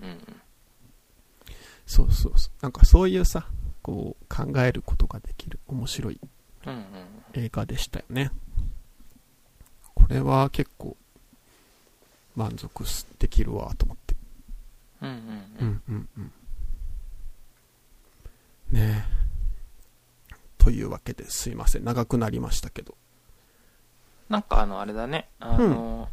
B: そうそうそうなんかそういうさこう考えることができる面白い
A: うん。うんうん。
B: 映画でしたよねこれは結構満足できるわと思って
A: うんう
B: うんんうんうんねえというわけですいません長くなりましたけど
A: なんかあの、あれだね、あの、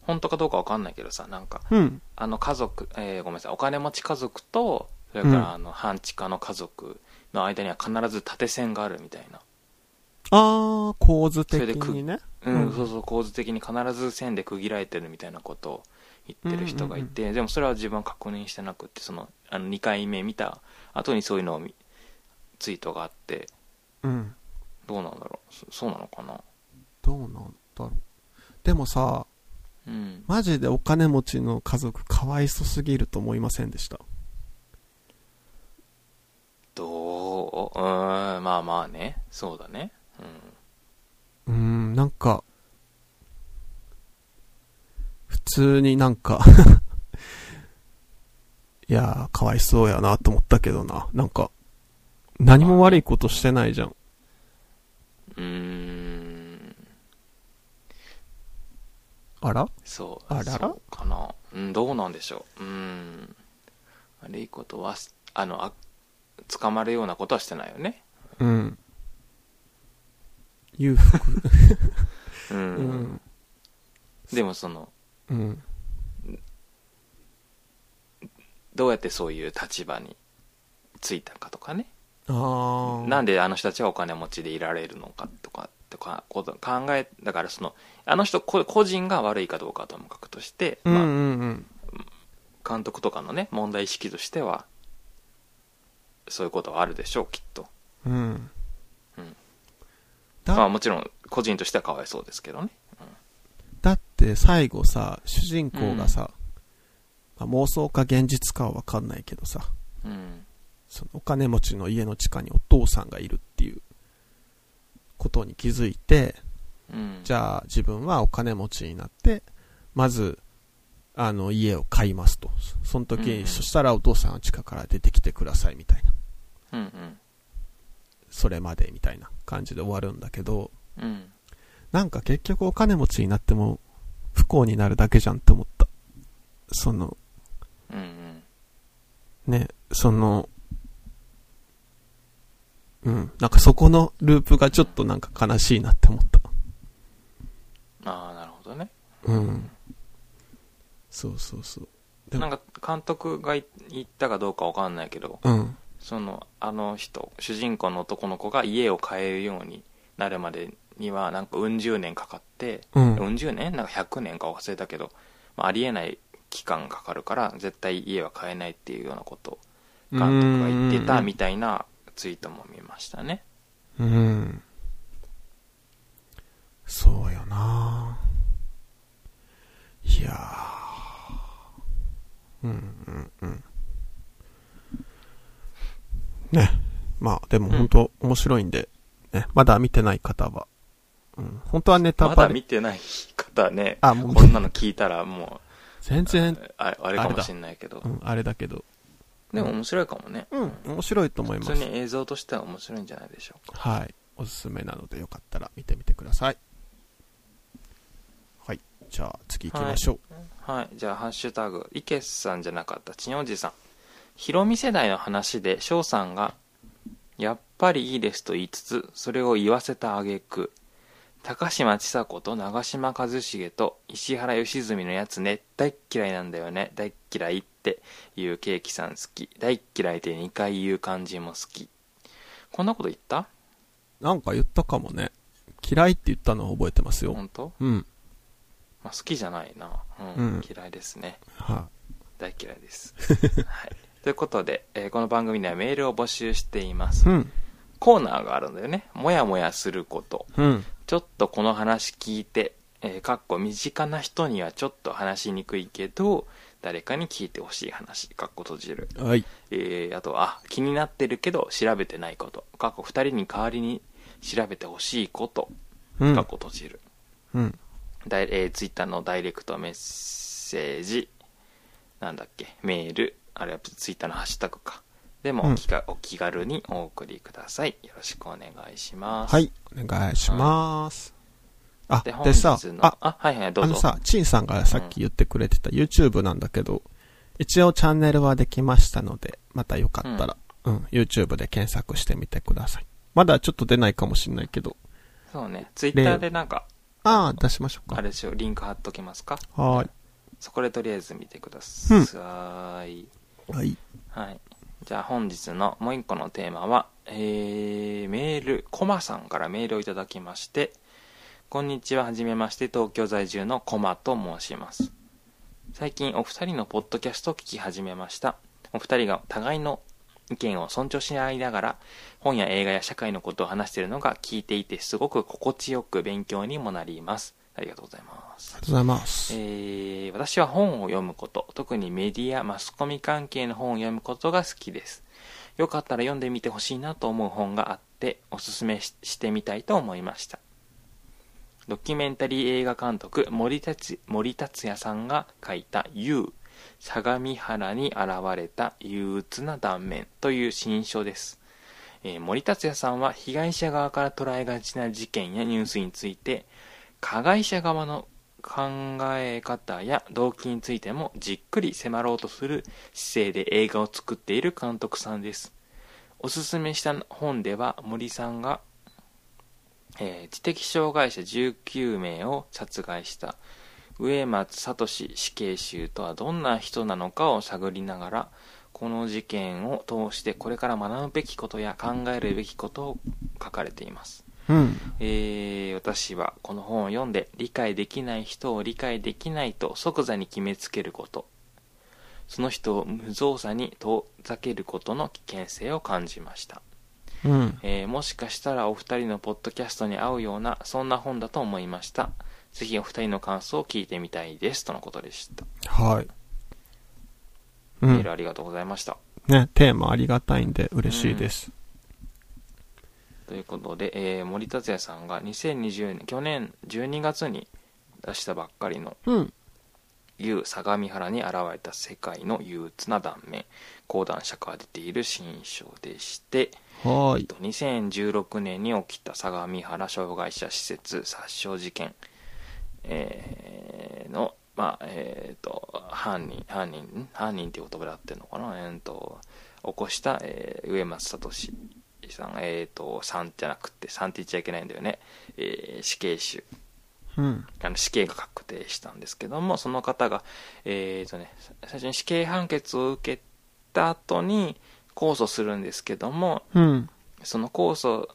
A: 本当かどうかわかんないけどさ、なんか、
B: うん
A: あの家族、えーごめんなさい、お金持ち家族と、それか
B: うん
A: らあの、半地下の家族の間には必ず縦線があるみたいな。
B: ああ構図的
A: それでく
B: にね
A: うん、
B: うん
A: そうそう、構図的に必ず線で区切られてるみたいなことを言ってる人がいて、でもそれは自分は確認してなくって、その、あの、2回目見た後にそういうのを見ツイートがあって、
B: うん
A: どうなんだろう、そそうなのかな。
B: どうなんだろうでもさ
A: うん。
B: マジでお金持ちの家族かわいそすぎると思いませんでした
A: どううーん、まあまあね、そうだね。うん。
B: うーんなんか普通になんか *laughs* いやーかわいそうやなと思ったけどななんか何も悪いことしてないじゃん
A: うーん
B: あら
A: そう
B: あらら
A: そうかな、うん、どうなんでしょううーん悪いことはすあのあ捕まるようなことはしてないよね
B: うん裕福
A: うん、
B: うん
A: でもその
B: うん
A: どうやってそういう立場についたかとかね
B: ああ
A: なん
B: で
A: であの人たちはお金持ちでいられるのかとかとかこと考えだからそのあの人こ個人が悪いかどうかはともかくとして、
B: うんう
A: まあ、
B: んうん
A: 監督とかのね問題意識としてはそういうことはあるでしょうきっと
B: うん
A: うん
B: だ
A: まあもちろん個人としてはかわいそうですけどね。
B: だって最後さ主人公がさ、まあ妄想か現実かは分かんないけどさ
A: うん。
B: そのお金持ちの家の地下にお父さんがいるっていうことに気づいて
A: うん。
B: じ
A: ゃ
B: ゃあ自分はお金持ちになってまずあの家を買いますとそその時、
A: うんうん
B: そしたらお父さんは地下から出てきてくださいみたいな
A: うんうん。
B: それまでみたいな感じで終わるんだけど
A: うん。
B: なんか結局お金持ちになっても不幸になるだけじゃんって思ったその
A: うんうん。
B: ね、その、うん、なんかそこのループがちょっとなんか悲しいなって思った。
A: ああ、なるほどね。
B: うん。そうそうそう。で
A: なんか監督がい言ったかどうかわかんないけど、
B: うん。
A: その、あの人、主人公の男の子が家を買えるようになるまでには、なんかうん十年かかって、
B: うん。
A: うん十年なんか100年か忘れたけど、まあ、ありえない期間かかるから、絶対家は買えないっていうようなことを監督が言ってたみたいなツイートも見ましたね。
B: うん。うん。そうよないやー。うんうんうん。ね。まあでも本当面白いんで、ね、まだ見てない方は、うん、本当はネタ
A: ま
B: バ
A: だ
B: レ
A: 見、てない方ね、
B: あ、もう
A: こんなの聞いたらも
B: 全然
A: う、、ああれかもしんないけど
B: う。ん、あれだけど、
A: でも面白いかもね。
B: うん、面白いと思い
A: 普
B: ま
A: 通
B: す。
A: に映像としては面白いんじゃないでしょうか。
B: はい。おすすめなので、よかったら見てみてください。はい。じゃあ、次行きましょう。
A: はい。じゃあ、ハッシュタグ、イケスさんじゃなかった、チンおじさん。ヒロミ世代の話で、翔さんが、やっぱりいいですと言いつつ、それを言わせた挙句、高嶋ちさ子と長嶋一茂と石原良純のやつね、大っ嫌いなんだよね、大っ嫌いっていうケーキさん好き、大っ嫌いって2回言う感じも好き。こんなこと言った
B: なんか言ったかもね。嫌いって言ったのは覚えてますよ。
A: 本当
B: うん。
A: まあ、好きじゃないな、うん
B: うん
A: 嫌いですね
B: は
A: 大嫌いです。はい。ということで、えーこの番組ではメールを募集しています。
B: うん。
A: コーナーがあるんだよね。もやもやすること。
B: うん。
A: ちょっとこの話聞いて、えーかっこ身近な人にはちょっと話しにくいけど、誰かに聞いてほしい話、かっこ閉じる。
B: はい。
A: えーあとは、あ気になってるけど調べてないこと。かっこ二人に代わりに調べてほしいこと、
B: うん。
A: かっこ閉じる。
B: うん。
A: ダイえー、ツイッターのダイレクトメッセージ、なんだっけ、メール、あれはツイッターのハッシュタグか。でも
B: うん
A: お気が、お気軽にお送りください。よろしくお願いします。
B: は。い。お願いします。あ
A: で、、本
B: で
A: 日
B: さ
A: の、、
B: あ
A: あ、、はいはい、どう
B: あ
A: ぞ。
B: のさ、チンさんがさっき言ってくれてた YouTube なんだけど、一応チャンネルはできましたので、またよかったら、うん、YouTube で検索してみてください。まだちょっと出ないかもしんないけど。
A: そうね、ツイッターでなんか、
B: ああ、出しましょう
A: あ
B: か。
A: れしよう、リンク貼っときますか。
B: はー
A: そこでとりあえず見てください。
B: い。はい。
A: はい。じゃあ本日のもう一個のテーマは、えー、メール、コマさんからメールをいただきまして、こんにちは、はじめまして、東京在住のコマと申します。最近お二人のポッドキャストを聞き始めました。お二人が互いの意見を尊重し合いながら、本や映画や社会のことを話しているのが聞いていてすごく心地よく勉強にもなります。ありがとうございます
B: ありがと。うございます。
A: えー私は本を読むこと、特にメディア、マスコミ関係の本を読むことが好きです。よかったら読んでみてほしいなと思う本があって、おすすめししてみたいと思いました。ドキュメンタリー映画監督森達森達也さんが書いた「You 相模原に現れた憂鬱な断面」という新書です、えー森達也さんは被害者側から捉えがちな事件やニュースについて加害者側の考え方や動機についてもじっくり迫ろうとする姿勢で映画を作っている監督さんですおすすめした本では森さんがえー知的障害者19名を殺害した植松聡死刑囚とはどんな人なのかを探りながらこの事件を通してこれから学ぶべきことや考えるべきことを書かれています
B: うん。
A: えー私はこの本を読んで理解できない人を理解できないと即座に決めつけることその人を無造作に遠ざけることの危険性を感じました、
B: うん。
A: えーもしかしたらお二人のポッドキャストに合うようなそんな本だと思いましたぜひお二人の感想を聞いてみたいですとのことでした、
B: はい。う
A: メー
B: ん
A: ル。ありがとうございました
B: ね、テーマありがたいんで嬉しいです。
A: ということで、えー森達也さんが2020年去年12月に出したばっかりの
B: うん。
A: いう相模原に現れた世界の憂鬱な断面講談社から出ている新書でして、
B: はー
A: えっ
B: い
A: と。2016年に起きた相模原障害者施設殺傷事件、えーの、まあえー、と犯人犯人ん犯人っていう言葉で合ってるのかな、えー、と起こした、えー植松聡さん、えー、とさんじゃなくてさんって言っちゃいけないんだよね、えー死刑囚
B: うん。
A: あの死刑が確定したんですけどもその方が、えーとね、さ最初に死刑判決を受けた後に控訴するんですけども
B: うん。
A: その控訴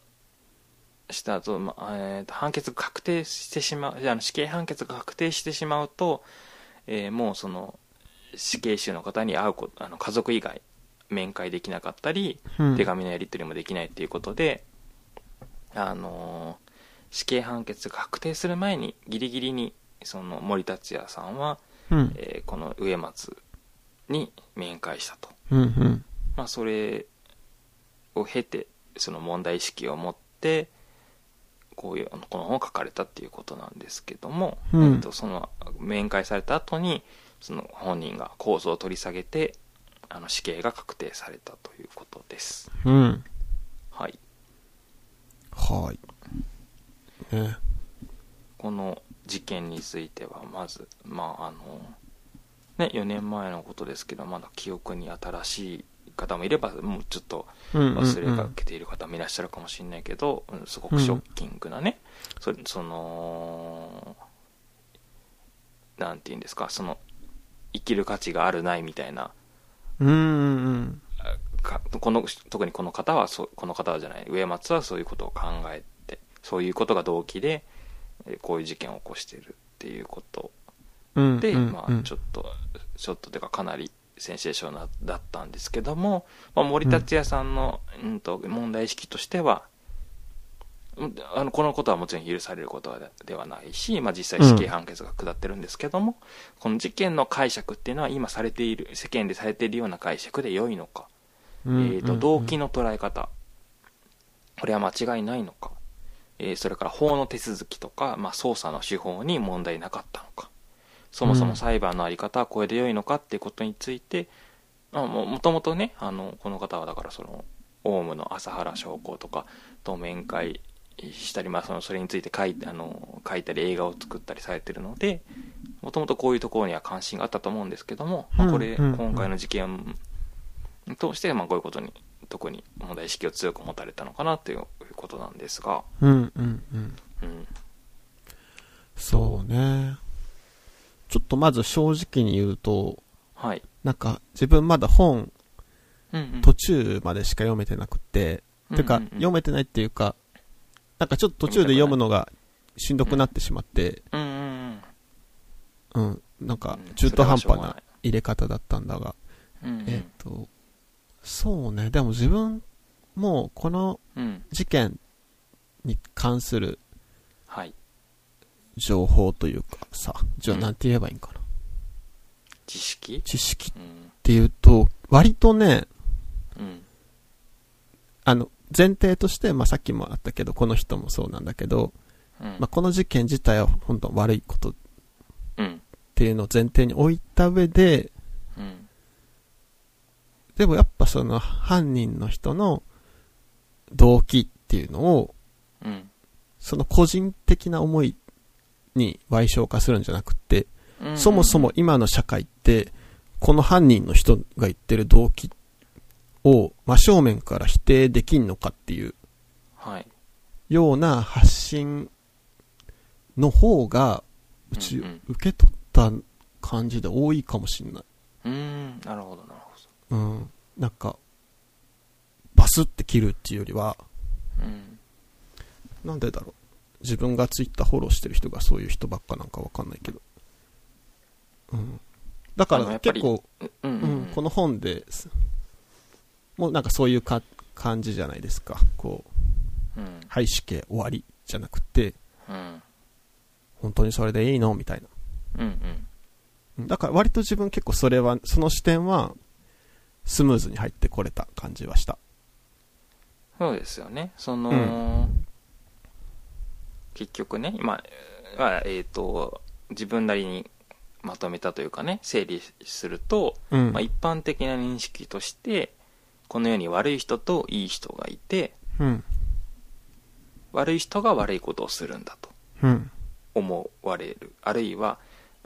A: した後、まあえーと判決が確定してしまうじゃああの死刑判決が確定してしまうと、えーもうその死刑囚の方に会うことあの家族以外面会できなかったり、
B: うん。
A: 手紙のやり取りもできないっていうことで、あのー死刑判決が確定する前にギリギリにその森達也さんは、
B: うん。
A: えーこの植松に面会したと、
B: うん。うん。
A: まあ、それを経てその問題意識を持ってこういうあのこの本を書かれたっていうことなんですけども、
B: うん
A: えっと、その面会された後にその本人が控訴を取り下げてあの死刑が確定されたということです。
B: うん。
A: はい、
B: はーい。ね。
A: この事件についてはまずまああのね4年前のことですけどまだ記憶に新しい方もいればもうちょっと
B: うんうんうん
A: 忘れかけている方もいらっしゃるかもしれないけど、うんすごくショッキングなね、そそのなんて言うんですかその生きる価値があるないみたいな
B: うんうんうん。
A: かこの特にこの方はそうこの方はじゃない植松はそういうことを考えてそういうことが動機でえーこういう事件を起こしているっていうこと
B: うん
A: で、
B: うん
A: ま
B: う
A: あ、
B: ん
A: ちょっとちょっとていうかかなりセンセーショナルだったんですけども、まあ、森達也さんの、うん、と問題意識としてはうんあのこのことはもちろん許されることはではないし、まあ、実際死刑判決が下ってるんですけども、この事件の解釈っていうのは今されている世間でされているような解釈で良いのか、
B: うん
A: えー、と動機の捉え方、これは間違いないのか、えーそれから法の手続きとか、まあ、捜査の手法に問題なかったのか、そもそうも
B: ん
A: 裁判のあり方はこれで良いのかっていうことについて、まあ、ももともとねあの、この方はだからその、オウムの麻原彰晃とかと面会したり、まあ、そのそれについて書いてあの書いたり映画を作ったりされてるので、もともとこういうところには関心があったと思うんですけども、まあ、これ、
B: うんうんうん
A: 今回の事件として、まあ、こういうことに特に問題意識を強く持たれたのかなということなんですが、
B: うんうんうん
A: うん、
B: そうねちょっとまず正直に言うと
A: はい、
B: なんか自分まだ本
A: うんうん
B: 途中までしか読めてなくて、てか、
A: うんうんうん
B: 読めてないっていうかなんかちょっと途中で読むのがしんどくなってしまって
A: うんうんうん
B: うん、なんか
A: うん
B: 中途半
A: それはしょう
B: 端
A: が
B: ない入れ方だったんだが、
A: うんうん
B: えっとそうねでも自分もこの
A: うん
B: 事件に関する
A: はい、
B: 情報というかさじゃあ
A: うん
B: なんて言えばいいんかな、
A: 知識、
B: 知識っ
A: うん
B: ていうと割とね
A: うん
B: あの前提として、まあ、さっきもあったけどこの人もそうなんだけど、
A: うん
B: まあ、この事件自体は本当悪いことっ
A: うん
B: ていうのを前提に置いた上で
A: うん
B: でもやっぱその犯人の人の動機っていうのを
A: うん
B: その個人的な思いに賠償化するんじゃなくって
A: うん
B: そもそも今の社会って、この犯人の人が言ってる動機を真正面から否定できんのかっていう
A: はい、
B: ような発信の方が、うち、
A: うんうん
B: 受け取った感じで多いかもしんない。
A: うんなるほどなるほ
B: うん。なんか、バスって切るっていうよりは、
A: どうん
B: なんでだろう。自分がツイッターフォローしてる人がそういう人ばっかなんかわかんないけど。うん。だか
A: あのや
B: ら
A: っぱり
B: 結構、
A: うんう
B: うんん、この本ですもうなんかそういうか感じじゃないですかこう
A: うん
B: 「はい死刑終わり」じゃなくて
A: うん
B: 「本当にそれでいいの?」みたいな
A: うんうん
B: うんだから割と自分結構それはその視点はスムーズに入ってこれた感じはした
A: そうですよね。その、
B: う
A: 結局ね、まあえーまあ、えっ、と、自分なりにまとめたというかね、整理すると、
B: うん
A: まあ、一般的な認識として、この世に悪い人といい人がいて、
B: うん
A: 悪い人が悪いことをするんだと
B: うん
A: 思われる。あるいは、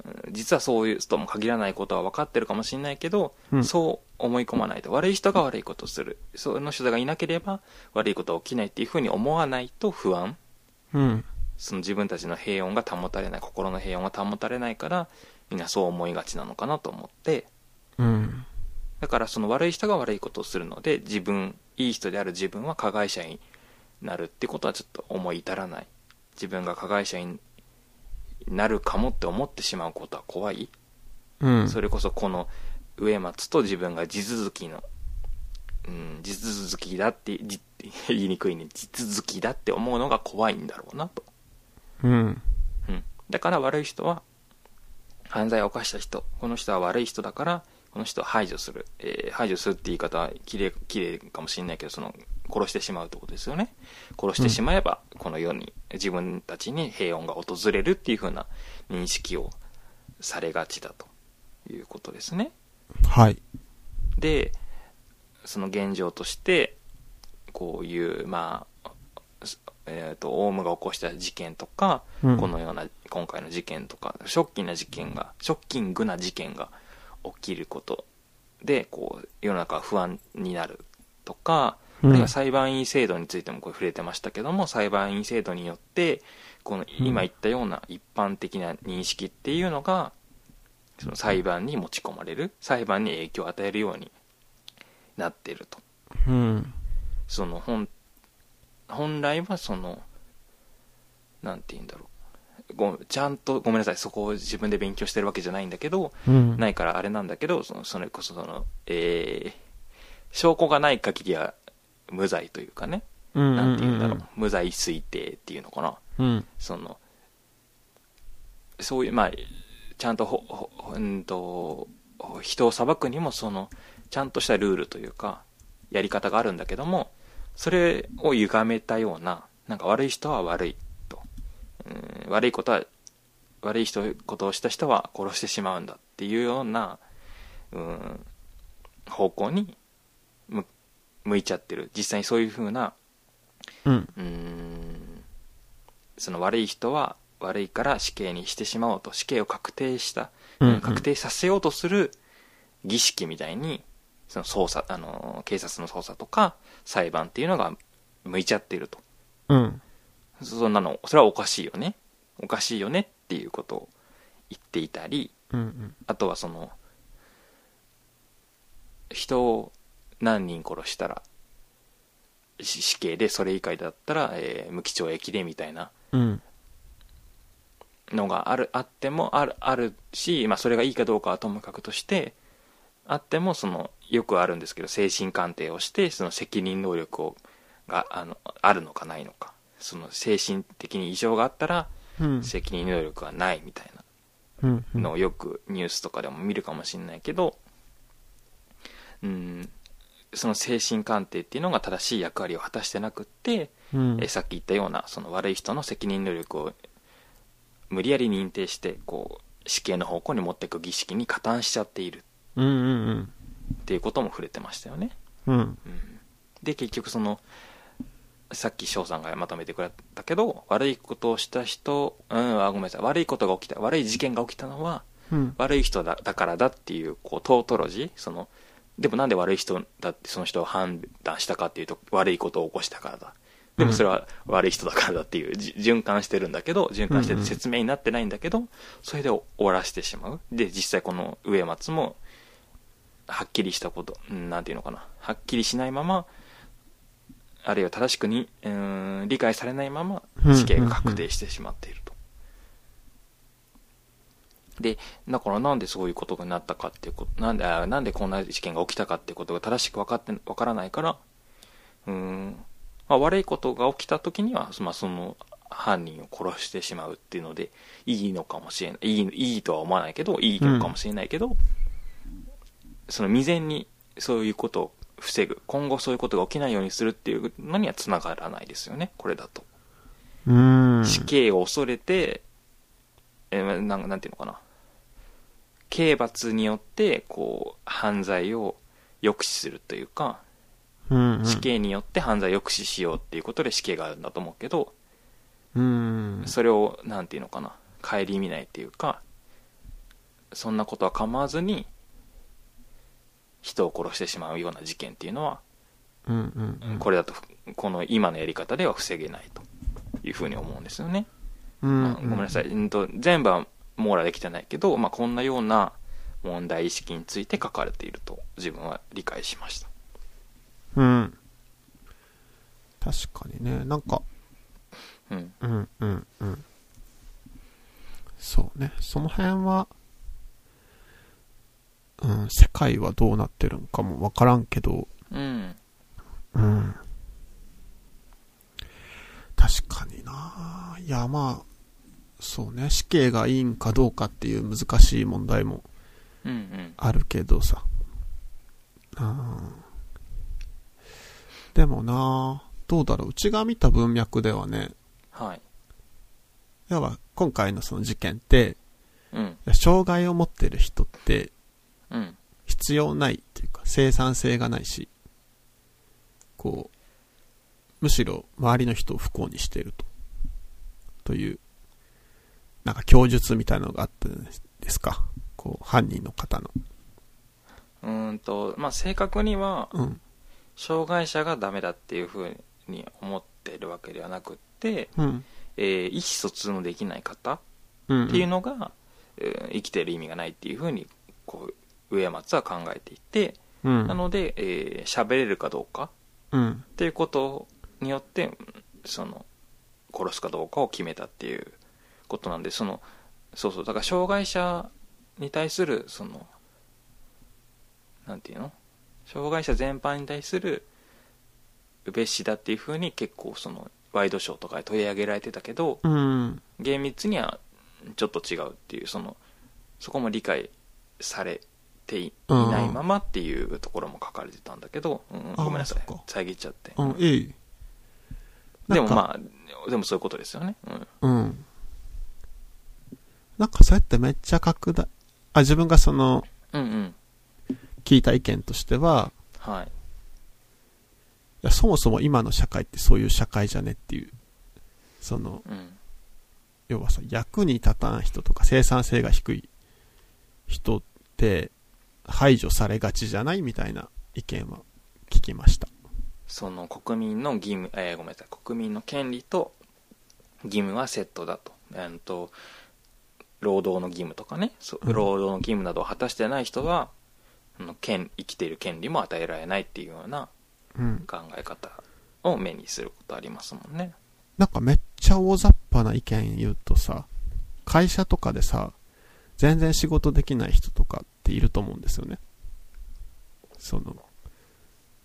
A: うん実はそういうとも限らないことは分かってるかもしれないけど、
B: うん
A: そう思い込まないと悪い人が悪いことをするその人がいなければ悪いことは起きないっていうふうに思わないと不安
B: うん
A: その自分たちの平穏が保たれない心の平穏が保たれないからみんなそう思いがちなのかなと思って
B: うん
A: だからその悪い人が悪いことをするので自分いい人である自分は加害者になるってことはちょっと思い至らない自分が加害者になるかもって思ってしまうことは怖い
B: うん
A: それこそこの植松と自分が地続きの、うん、地続きだってじ *laughs* 言いにくいね地続きだって思うのが怖いんだろうなと、
B: うん
A: うん、だから悪い人は犯罪を犯した人この人は悪い人だからこの人を排除する、えー排除するって言い方はきれいきれいかもしれないけどその殺してしまうってことですよね殺してしまえばこの世に自分たちに平穏が訪れるっていう風な認識をされがちだということですね
B: はい
A: でその現状としてこういうまあすえー、とオウムが起こした事件とか、
B: うん
A: このような今回の事件とかショッキングな事件がショッキングな事件が起きることでこう世の中が不安になるとか、
B: うん
A: あるいは裁判員制度についてもこれ触れてましたけども裁判員制度によってこの
B: うん
A: 今言ったような一般的な認識っていうのが、その裁判に持ち込まれる裁判に影響を与えるようになってると
B: うん
A: その本本来はそのなんて言うんだろうごちゃんとごめんなさいそこを自分で勉強してるわけじゃないんだけど、
B: うん
A: ないからあれなんだけどそのそれこそその、えー証拠がない限りは無罪というかね、
B: うん
A: なんて言うんだろう無罪推定っていうのかな
B: うん
A: そのそういうまあちゃんとほほほうんと人を裁くにもそのちゃんとしたルールというかやり方があるんだけどもそれを歪めたようななんか悪い人は悪いと、うん、悪いことは悪い人ことをした人は殺してしまうんだっていうような、うん、方向に向向いちゃってる実際にそういうふうな
B: うん
A: うーんその悪い人は悪いから死刑にしてしまおうと死刑を確定した、
B: うんうん
A: 確定させようとする儀式みたいにその捜査あの警察の捜査とか裁判っていうのが向いちゃってると
B: うん
A: そんなのそれはおかしいよねおかしいよねっていうことを言っていたり
B: うん
A: あとはその人を何人殺したらし死刑でそれ以下だったら、えー無期懲役でみたいな
B: うん
A: のがあるあってもあるあるし、まあ、それがいいかどうかはともかくとしてあってもそのよくあるんですけど精神鑑定をしてその責任能力をがあのあるのかないのかその精神的に異常があったら
B: うん
A: 責任能力はないみたいな
B: うん
A: のをよくニュースとかでも見るかもしれないけど、うん、その精神鑑定っていうのが正しい役割を果たしてなくって、
B: うん
A: えーさっき言ったようなその悪い人の責任能力を無理やり認定してこう死刑の方向に持っていく儀式に加担しちゃっている
B: うんうん
A: っていうことも触れてましたよね。
B: うん
A: うんで結局そのさっき翔さんがまとめてくれたけど悪いことをした人、うん、あごめんなさい悪いことが起きた悪い事件が起きたのは
B: うん
A: 悪い人だだからだっていうこうトートロジーそのでもなんで悪い人だってその人を判断したかっていうと悪いことを起こしたからだでもそれは悪い人だからだっていうじ循環してるんだけど循環して
B: うん
A: て
B: うん
A: 説明になってないんだけどそれで終わらせてしまうで実際この植松もはっきりしたことうんなんていうのかなはっきりしないままあるいは正しくにうーん理解されないまま死刑が確定してしまっているとでだからなんでそういうことになったかっていうことなんであなんでこんな事件が起きたかっていうことが正しく分かって分からないからうーん、まあ、悪いことが起きた時には、まあ、その犯人を殺してしまうっていうのでいいのかもしれないいいいいとは思わないけどいいのかもしれないけど、その未然にそういうことを防ぐ今後そういうことが起きないようにするっていうのにはつながらないですよねこれだと。
B: うん
A: 死刑を恐れて、えーなんなんていうのかな刑罰によってこう犯罪を抑止するというか、
B: うん
A: 死刑によって犯罪を抑止しようっていうことで死刑があるんだと思うけど、
B: うん
A: それをなんていうのかな顧みないっていうかそんなことは構わずに人を殺してしまうような事件っていうのは
B: うんうんうん
A: これだとこの今のやり方では防げないというふうに思うんですよね。
B: うん
A: まあごめんなさい、うんと全部は網羅できてないけど、まあ、こんなような問題意識について書かれていると自分は理解しました
B: うん確かにねなんか
A: うん
B: うんうんうんそうねその辺はうん世界はどうなってるんかもわからんけど
A: うん
B: うん確かにないやまあそうね死刑がいいんかどうかっていう難しい問題も
A: うんうん
B: あるけどさ。うん。でもなどうだろう。うちが見た文脈ではね、
A: はい
B: 要は今回のその事件って、
A: うん
B: いや障害を持ってる人って
A: うん
B: 必要ないっていうか生産性がないし、こう、むしろ周りの人を不幸にしていると。という、なんか供述みたいなのがあったんですか。こう、犯人の方の。
A: うーんとまあ正確には
B: うん。
A: 障害者がダメだっていうふうに思ってるわけではなくって、
B: うん。
A: えー意思疎通のできない方
B: うん。
A: っていうのが、えー生きてる意味がないっていうふうにこう上松は考えていて、
B: うん。
A: なので喋、えー喋れるかどうか
B: うん。
A: っていうことによってその殺すかどうかを決めたっていうことなんでそのそうそうだから障害者に対するそのなんていうの障害者全般に対する蔑視だっていうふうに結構そのワイドショーとかで取り上げられてたけど
B: うん。
A: 厳密にはちょっと違うっていうそのそこも理解されていい
B: うん
A: ないままっていうところも書かれてたんだけど、うん
B: あ
A: ごめんなさい
B: そっか
A: 遮っちゃって
B: うん、いい。
A: でも
B: あ。
A: まあでもそういうことですよね、うん、
B: うん。なんかそうやってめっちゃ拡大、あ、自分がその、
A: うんうん
B: 聞いた意見としては、
A: はい
B: いや、そもそも今の社会ってそういう社会じゃねっていう。その、
A: うん
B: 要はさ、役に立たん人とか生産性が低い人って排除されがちじゃないみたいな意見は聞きました。
A: その国民の義務、えーごめんなさい国民の権利と義務はセットだと,、えーんと労働の義務とかねそ
B: うん
A: 労働の義務などを果たしてない人は、あの権生きている権利も与えられないっていうような
B: うん。
A: 考え方を目にすることありますもんね
B: なんかめっちゃ大雑把な意見言うとさ、会社とかでさ、全然仕事できない人とかっていると思うんですよね。その、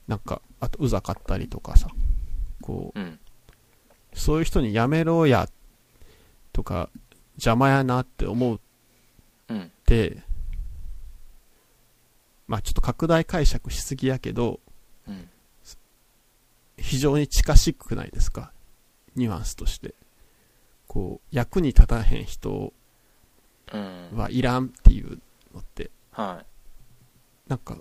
B: なんか、あとうざかったりとかさ、こう、
A: うん
B: そういう人にやめろや、とか、邪魔やなって思う
A: うん
B: って、まあちょっと拡大解釈しすぎやけど、
A: うん
B: 非常に近しくないですか。ニュアンスとして。こう、役に立たへん人
A: うん
B: はいらんっていうのって、
A: はい
B: なんか、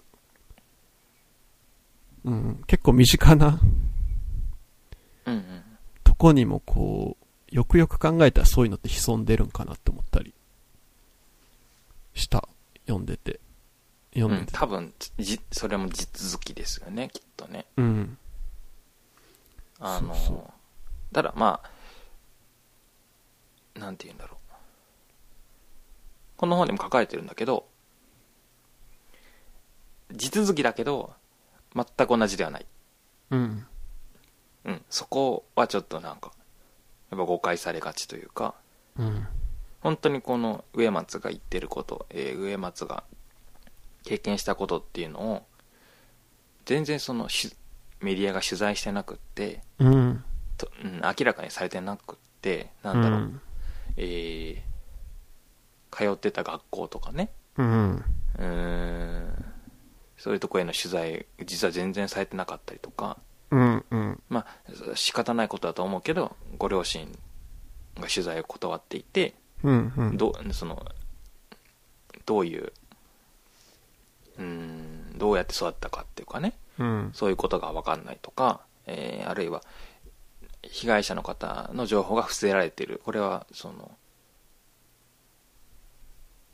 B: うん、結構身近な
A: うんうん
B: とこにもこう、よくよく考えたらそういうのって潜んでるんかなって思ったりした。読んでて。読ん
A: うん
B: でて。
A: 多分じそれも地続きですよねきっとね
B: うん。
A: あの
B: そうそ
A: ただまあなんて言うんだろうこの本にも書かれてるんだけど地続きだけど全く同じではない、
B: うん。
A: うん、そこはちょっとなんかやっぱ誤解されがちというか
B: うん。
A: 本当にこの植松が言ってること、えー植松が経験したことっていうのを全然そのしメディアが取材してなくって
B: うん。
A: と、うん、明らかにされてなくってなんだろう、
B: うん
A: えー通ってた学校とかね
B: うん。
A: うーんそういうとこへの取材実は全然されてなかったりとか
B: うん。うん。
A: まあ仕方ないことだと思うけどご両親が取材を断っていて
B: うん。うん。
A: どうそのどういううーんどうやって育ったかっていうかね
B: うん。
A: そういうことが分かんないとか、えーあるいは被害者の方の情報が伏せられているこれはその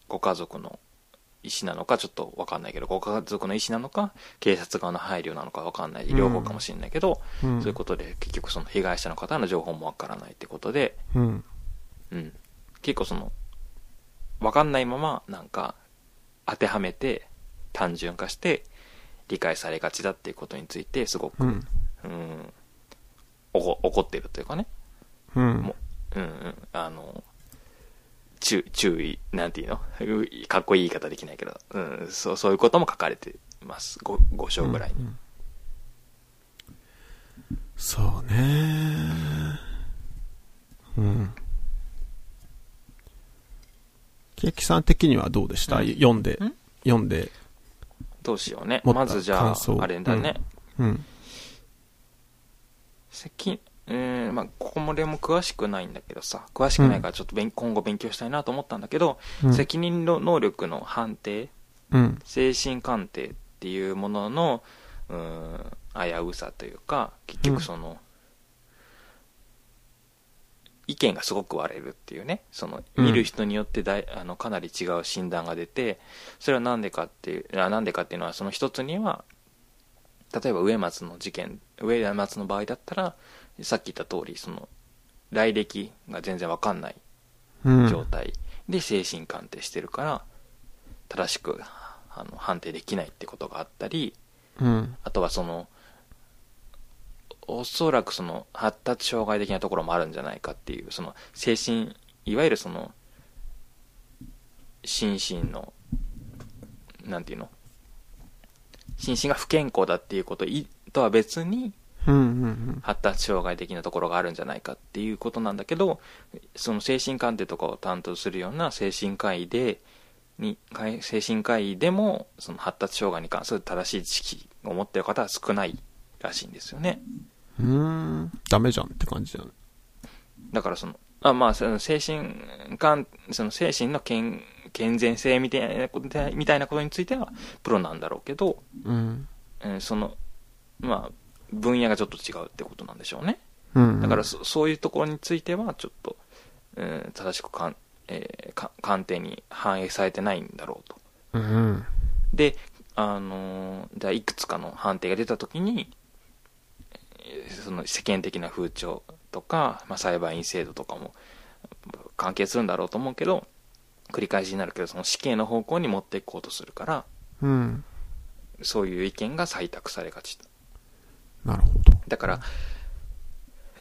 A: ご家族の意思なのかちょっと分かんないけどご家族の意思なのか警察側の配慮なのか分かんない両方かもしれないけど、
B: うん。
A: そういうことで結局その被害者の方の情報も分からないってことで、
B: うん。
A: うん、結構その分かんないままなんか当てはめて単純化して理解されがちだっていうことについてすごく、
B: うん。
A: うん、おこ怒ってるというかね、
B: うん
A: も。ううんうん、あの注注意なんていうの *laughs* うかっこいい言い方できないけど、うん、そうそういうことも書かれてます 5, 5章ぐらいに、
B: うんそうね。うん。ケーキさん的にはどうでした、
A: うん
B: 読んで
A: ん、
B: 読んで。
A: どうしようね
B: 持った
A: まずじゃあ
B: 感想
A: あれだね、
B: うん。
A: 責うんまあ、ここもでも詳しくないんだけどさ詳しくないからちょっと勉、今後勉強したいなと思ったんだけど、
B: うん
A: 責任の能力の判定
B: うん。
A: 精神鑑定っていうもののうん危うさというか結
B: うん
A: 局その、意見がすごく割れるっていうねその
B: うん
A: 見る人によってだいあのかなり違う診断が出てそれは何でかっていうあなんでかっていうのはその一つには例えば植松の事件植松の場合だったらさっき言った通りその来歴が全然わかんない
B: うん。
A: 状態で精神鑑定してるから正しくあの判定できないってことがあったり
B: うん。
A: あとはそのおそらくその発達障害的なところもあるんじゃないかっていうその精神いわゆるその心身のなんていうの心身が不健康だっていうこといとは別に
B: うんうんうん。
A: 発達障害的なところがあるんじゃないかっていうことなんだけどその精神鑑定とかを担当するような精神科医でにかい精神科医でもその発達障害に関する正しい知識を持ってる方は少ないらしいんですよね
B: うーん。ダメじゃんって感じだね。
A: だからそのあまあその精神鑑その精神の健健全性みたいなことみたいなことについてはプロなんだろうけど、
B: うん。
A: うんそのまあ分野がちょっと違うってことなんでしょうね
B: うん。
A: だからそそういうところについてはちょっと、うん、正しくかん、えーか鑑定に反映されてないんだろうと
B: うんうん。
A: で、あのーじゃあいくつかの判定が出た時にえーその世間的な風潮とか、まあ、裁判員制度とかも関係するんだろうと思うけど繰り返しになるけどその死刑の方向に持っていこうとするから
B: うん。
A: そういう意見が採択されがち
B: なるほど。
A: だから、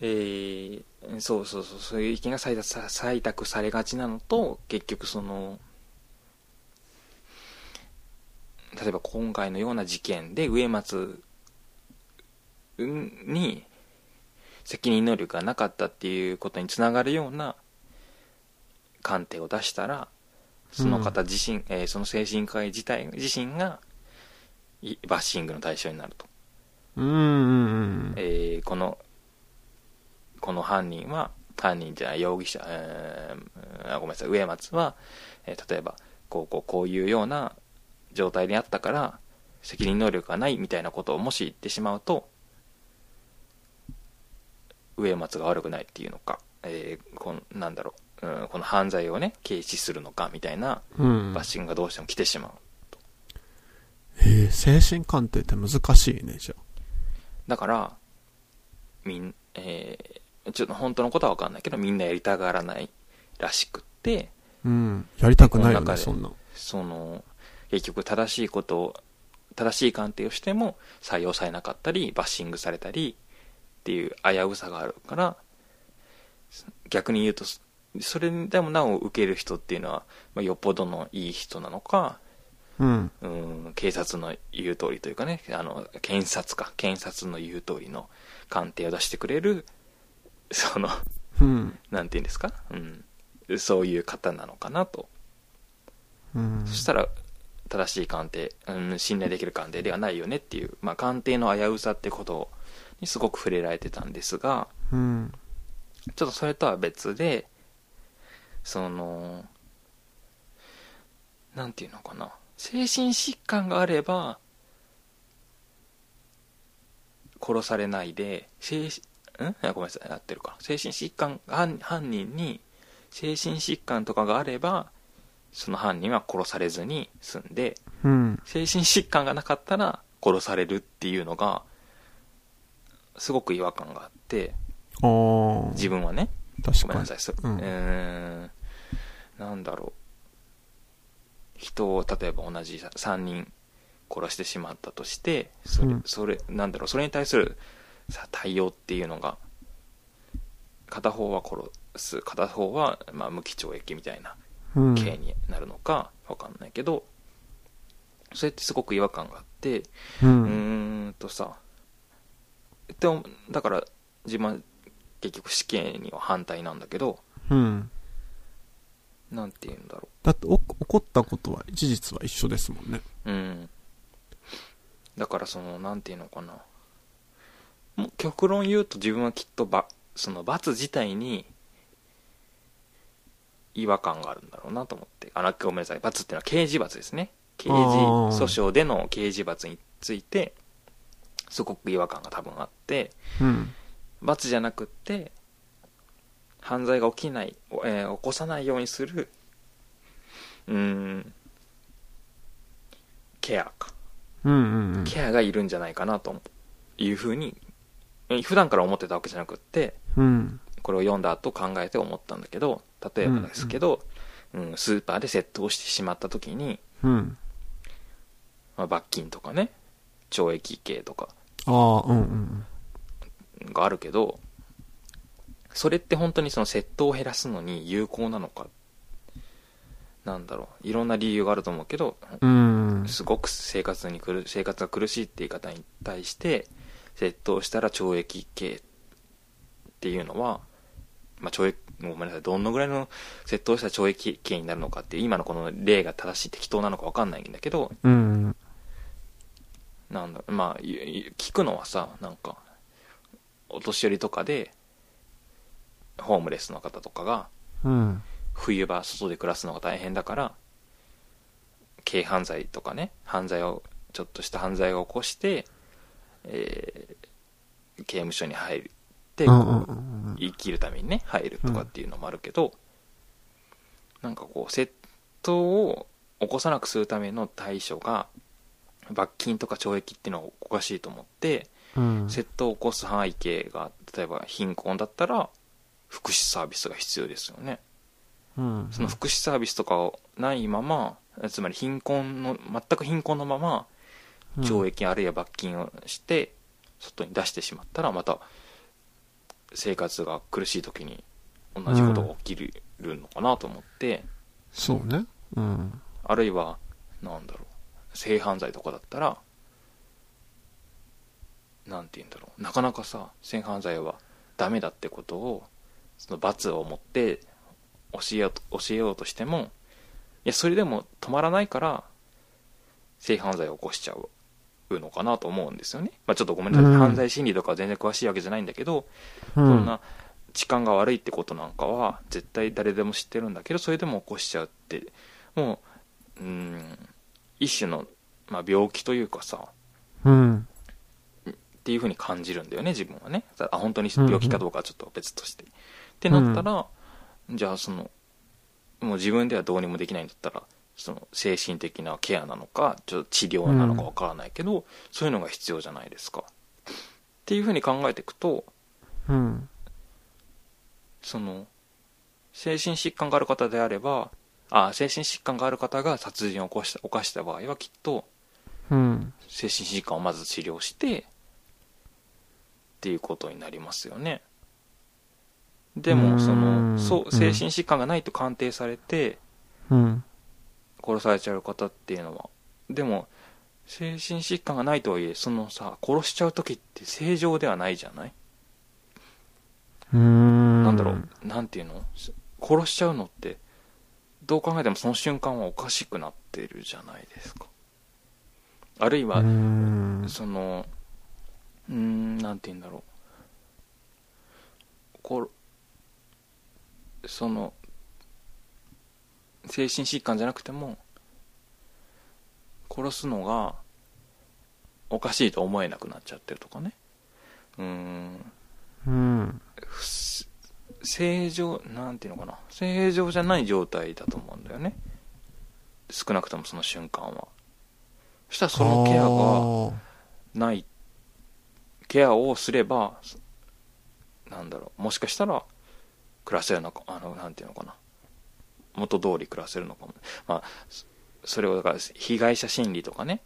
A: えーそうそうそう、そういう意見が採択さ採択されがちなのと、結局その、例えば今回のような事件で植松に責任能力がなかったっていうことにつながるような鑑定を出したら、その方自身、えーその精神科医自体自身がいバッシングの対象になると。
B: うんうんうん。
A: えーこのこの犯人は犯人じゃない容疑者、えーあごめんなさい植松は、えー例えばこうこうこういうような状態にあったから責任能力がないみたいなことをもし言ってしまうと植松が悪くないっていうのか、えーこんなんだろう、うん、この犯罪をね軽視するのかみたいな
B: うん
A: バッ。シングがどうしても来てしまう
B: えー、精神鑑定って難しいね、じゃ
A: だから、みん、えーちょっと本当のことはわかんないけど、みんなやりたがらないらしくって、
B: あ。うん。やりたくないよ
A: この中
B: ね、
A: で
B: そんな。
A: その、結局正しいことを、正しい鑑定をしても採用されなかったり、バッシングされたりっていう危うさがあるから、逆に言うと、そそれでもなお受ける人っていうのは、まあ、よっぽどのいい人なのか、
B: うん。
A: うん警察の言う通りというかねあの検察か検察の言う通りの鑑定を出してくれるその
B: うん。
A: なんて言うんですか、うん、そういう方なのかなと、
B: うん。
A: そしたら正しい鑑定、うん、信頼できる鑑定ではないよねっていう、まあ、鑑定の危うさってことにすごく触れられてたんですが
B: うん。
A: ちょっとそれとは別でそのなんていうのかな精神疾患があれば殺されないで精神んあごめんなさい合ってるか精神疾患犯犯人に精神疾患とかがあればその犯人は殺されずに済んで
B: うん。
A: 精神疾患がなかったら殺されるっていうのがすごく違和感があって
B: あー。
A: 自分はね
B: 確
A: ごめんな
B: かに
A: さい、そ
B: うん
A: うーん、なんだろう、人を例えば同じ3人殺してしまったとして、それ、
B: うん
A: それなんだろう、それに対するさ対応っていうのが、片方は殺す、片方は、まあ、無期懲役みたいな
B: うん。
A: 刑になるのか、わかんないけど、それってすごく違和感があって、
B: う
A: うー
B: ん。
A: んとさでもだから自分は結局死刑には反対なんだけど
B: うん。
A: なんて言うんだろ
B: だって、お起こったことは、事実は一緒ですもんね。
A: ううんだからそのなんて言うのかなもう極論言うと自分はきっとばその罰自体に違和感があるんだろうなと思ってあらごめんなさい罰っていうのは刑事罰ですね刑事
B: あー
A: 訴訟での刑事罰についてすごく違和感が多分あって
B: うん。
A: 罰じゃなくって犯罪が起きない、おえー起こさないようにするうーんケアか
B: うんうんうん。
A: ケアがいるんじゃないかなというふうにえー普段から思ってたわけじゃなくって
B: うん。
A: これを読んだ後考えて思ったんだけど例えばですけど、うんスーパーで窃盗してしまった時に、
B: うん。
A: まあ、罰金とかね懲役刑とか
B: ああ、うんうん
A: があるけどそれって本当にその窃盗を減らすのに有効なのかなんだろういろんな理由があると思うけど、
B: うん
A: すごく生活に苦生活が苦しいっていう方に対して窃盗したら懲役刑っていうのは、まあ、懲役ごめんなさいどのぐらいの窃盗したら懲役刑になるのかっていう今のこの例が正しい適当なのか分かんないんだけど
B: うん
A: なんだまあいい聞くのはさなんかお年寄りとかでホームレスの方とかが
B: うん
A: 冬場外で暮らすのが大変だから軽犯罪とかね犯罪をちょっとした犯罪を起こして、えー刑務所に入るって、
B: うんうん
A: こ
B: う
A: うん生きるためにね入るとかっていうのもあるけど、なんかこう窃盗を起こさなくするための対処が罰金とか懲役っていうのはおかしいと思って、
B: うん
A: 窃盗を起こす背景が例えば貧困だったら福祉サービスが必要ですよね。
B: うん
A: その福祉サービスとかをないまま、つまり貧困の、全く貧困のまま、懲役あるいは罰金をして、外に出してしまったら、また、生活が苦しい時に同じことが起きるのかなと思って、
B: そうねうん
A: あるいは、なんだろう、性犯罪とかだったら、なんて言うんだろう、なかなかさ、性犯罪はダメだってことを、その罰を持って教えようと教えようとしても、いや、それでも止まらないから、性犯罪を起こしちゃうのかなと思うんですよね。まあちょっとごめんなさい、
B: うん
A: 犯罪心理とかは全然詳しいわけじゃないんだけど、
B: そ
A: そんな痴漢が悪いってことなんかは絶対誰でも知ってるんだけどそれでも起こしちゃうってもううーん一種の、まあ、病気というかさ
B: うん
A: っていう風に感じるんだよね自分はねただあ本当に病気かどうかはちょっと別として、ってなったら、じゃあそのもう自分ではどうにもできないんだったらその精神的なケアなのかちょっと治療なのかわからないけど、そういうのが必要じゃないですかっていう風に考えていくと
B: うん
A: その精神疾患がある方であればあ精神疾患がある方が殺人を起こした犯した場合はきっと
B: うん
A: 精神疾患をまず治療してっていうことになりますよねで
B: うー
A: も
B: ん
A: そのそううん精神疾患がないと鑑定されて
B: うん
A: 殺されちゃう方っていうのはでも精神疾患がないとはいえそのさ殺しちゃう時って正常ではないじゃない
B: な
A: なんだろう、なんていうのす殺しちゃうのって、どう考えてもその瞬間はおかしくなってるじゃないですか。あるいは、
B: ん
A: その、うーん、なんていうんだろう。こその、精神疾患じゃなくても、殺すのがおかしいと思えなくなっちゃってるとかね。うーん。
B: うん
A: ふす正常なんていうのかな正常じゃない状態だと思うんだよね少なくともその瞬間はそしたらそのケアがないケアをすればそなんだろうもしかしたら暮らせるのかあのなんていうのかな元通り暮らせるのかもまあそそれをだから被害者心理とかね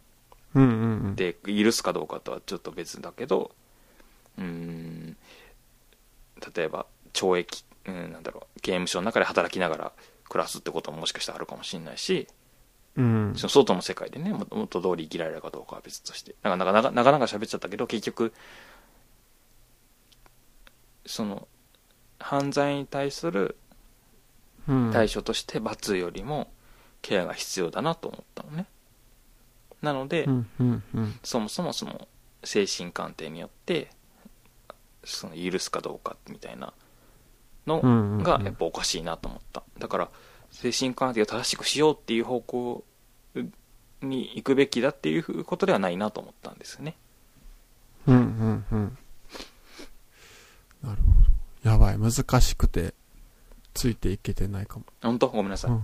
B: がうんうん
A: で許すかどうかとはちょっと別だけどうーん例えば懲役、うん、なんだろう刑務所の中で働きながら暮らすってことももしかしたらあるかもしれないし、
B: うん
A: その外の世界でねも元通り生きられるかどうかは別としてなんかなかなかなか喋っちゃったけど結局その犯罪に対する
B: うん
A: 対処として罰よりもケアが必要だなと思ったのねなので、
B: うんうんうん
A: そもそもその精神鑑定によってその許すかどうかみたいなの
B: うんうん
A: がやっぱおかしいなと思っただから精神鑑定を正しくしようっていう方向に行くべきだっていうことではないなと思ったんですよね
B: うんうんうんなるほどやばい難しくてついていけてないかも
A: 本当ごめんなさい、
B: う
A: うんん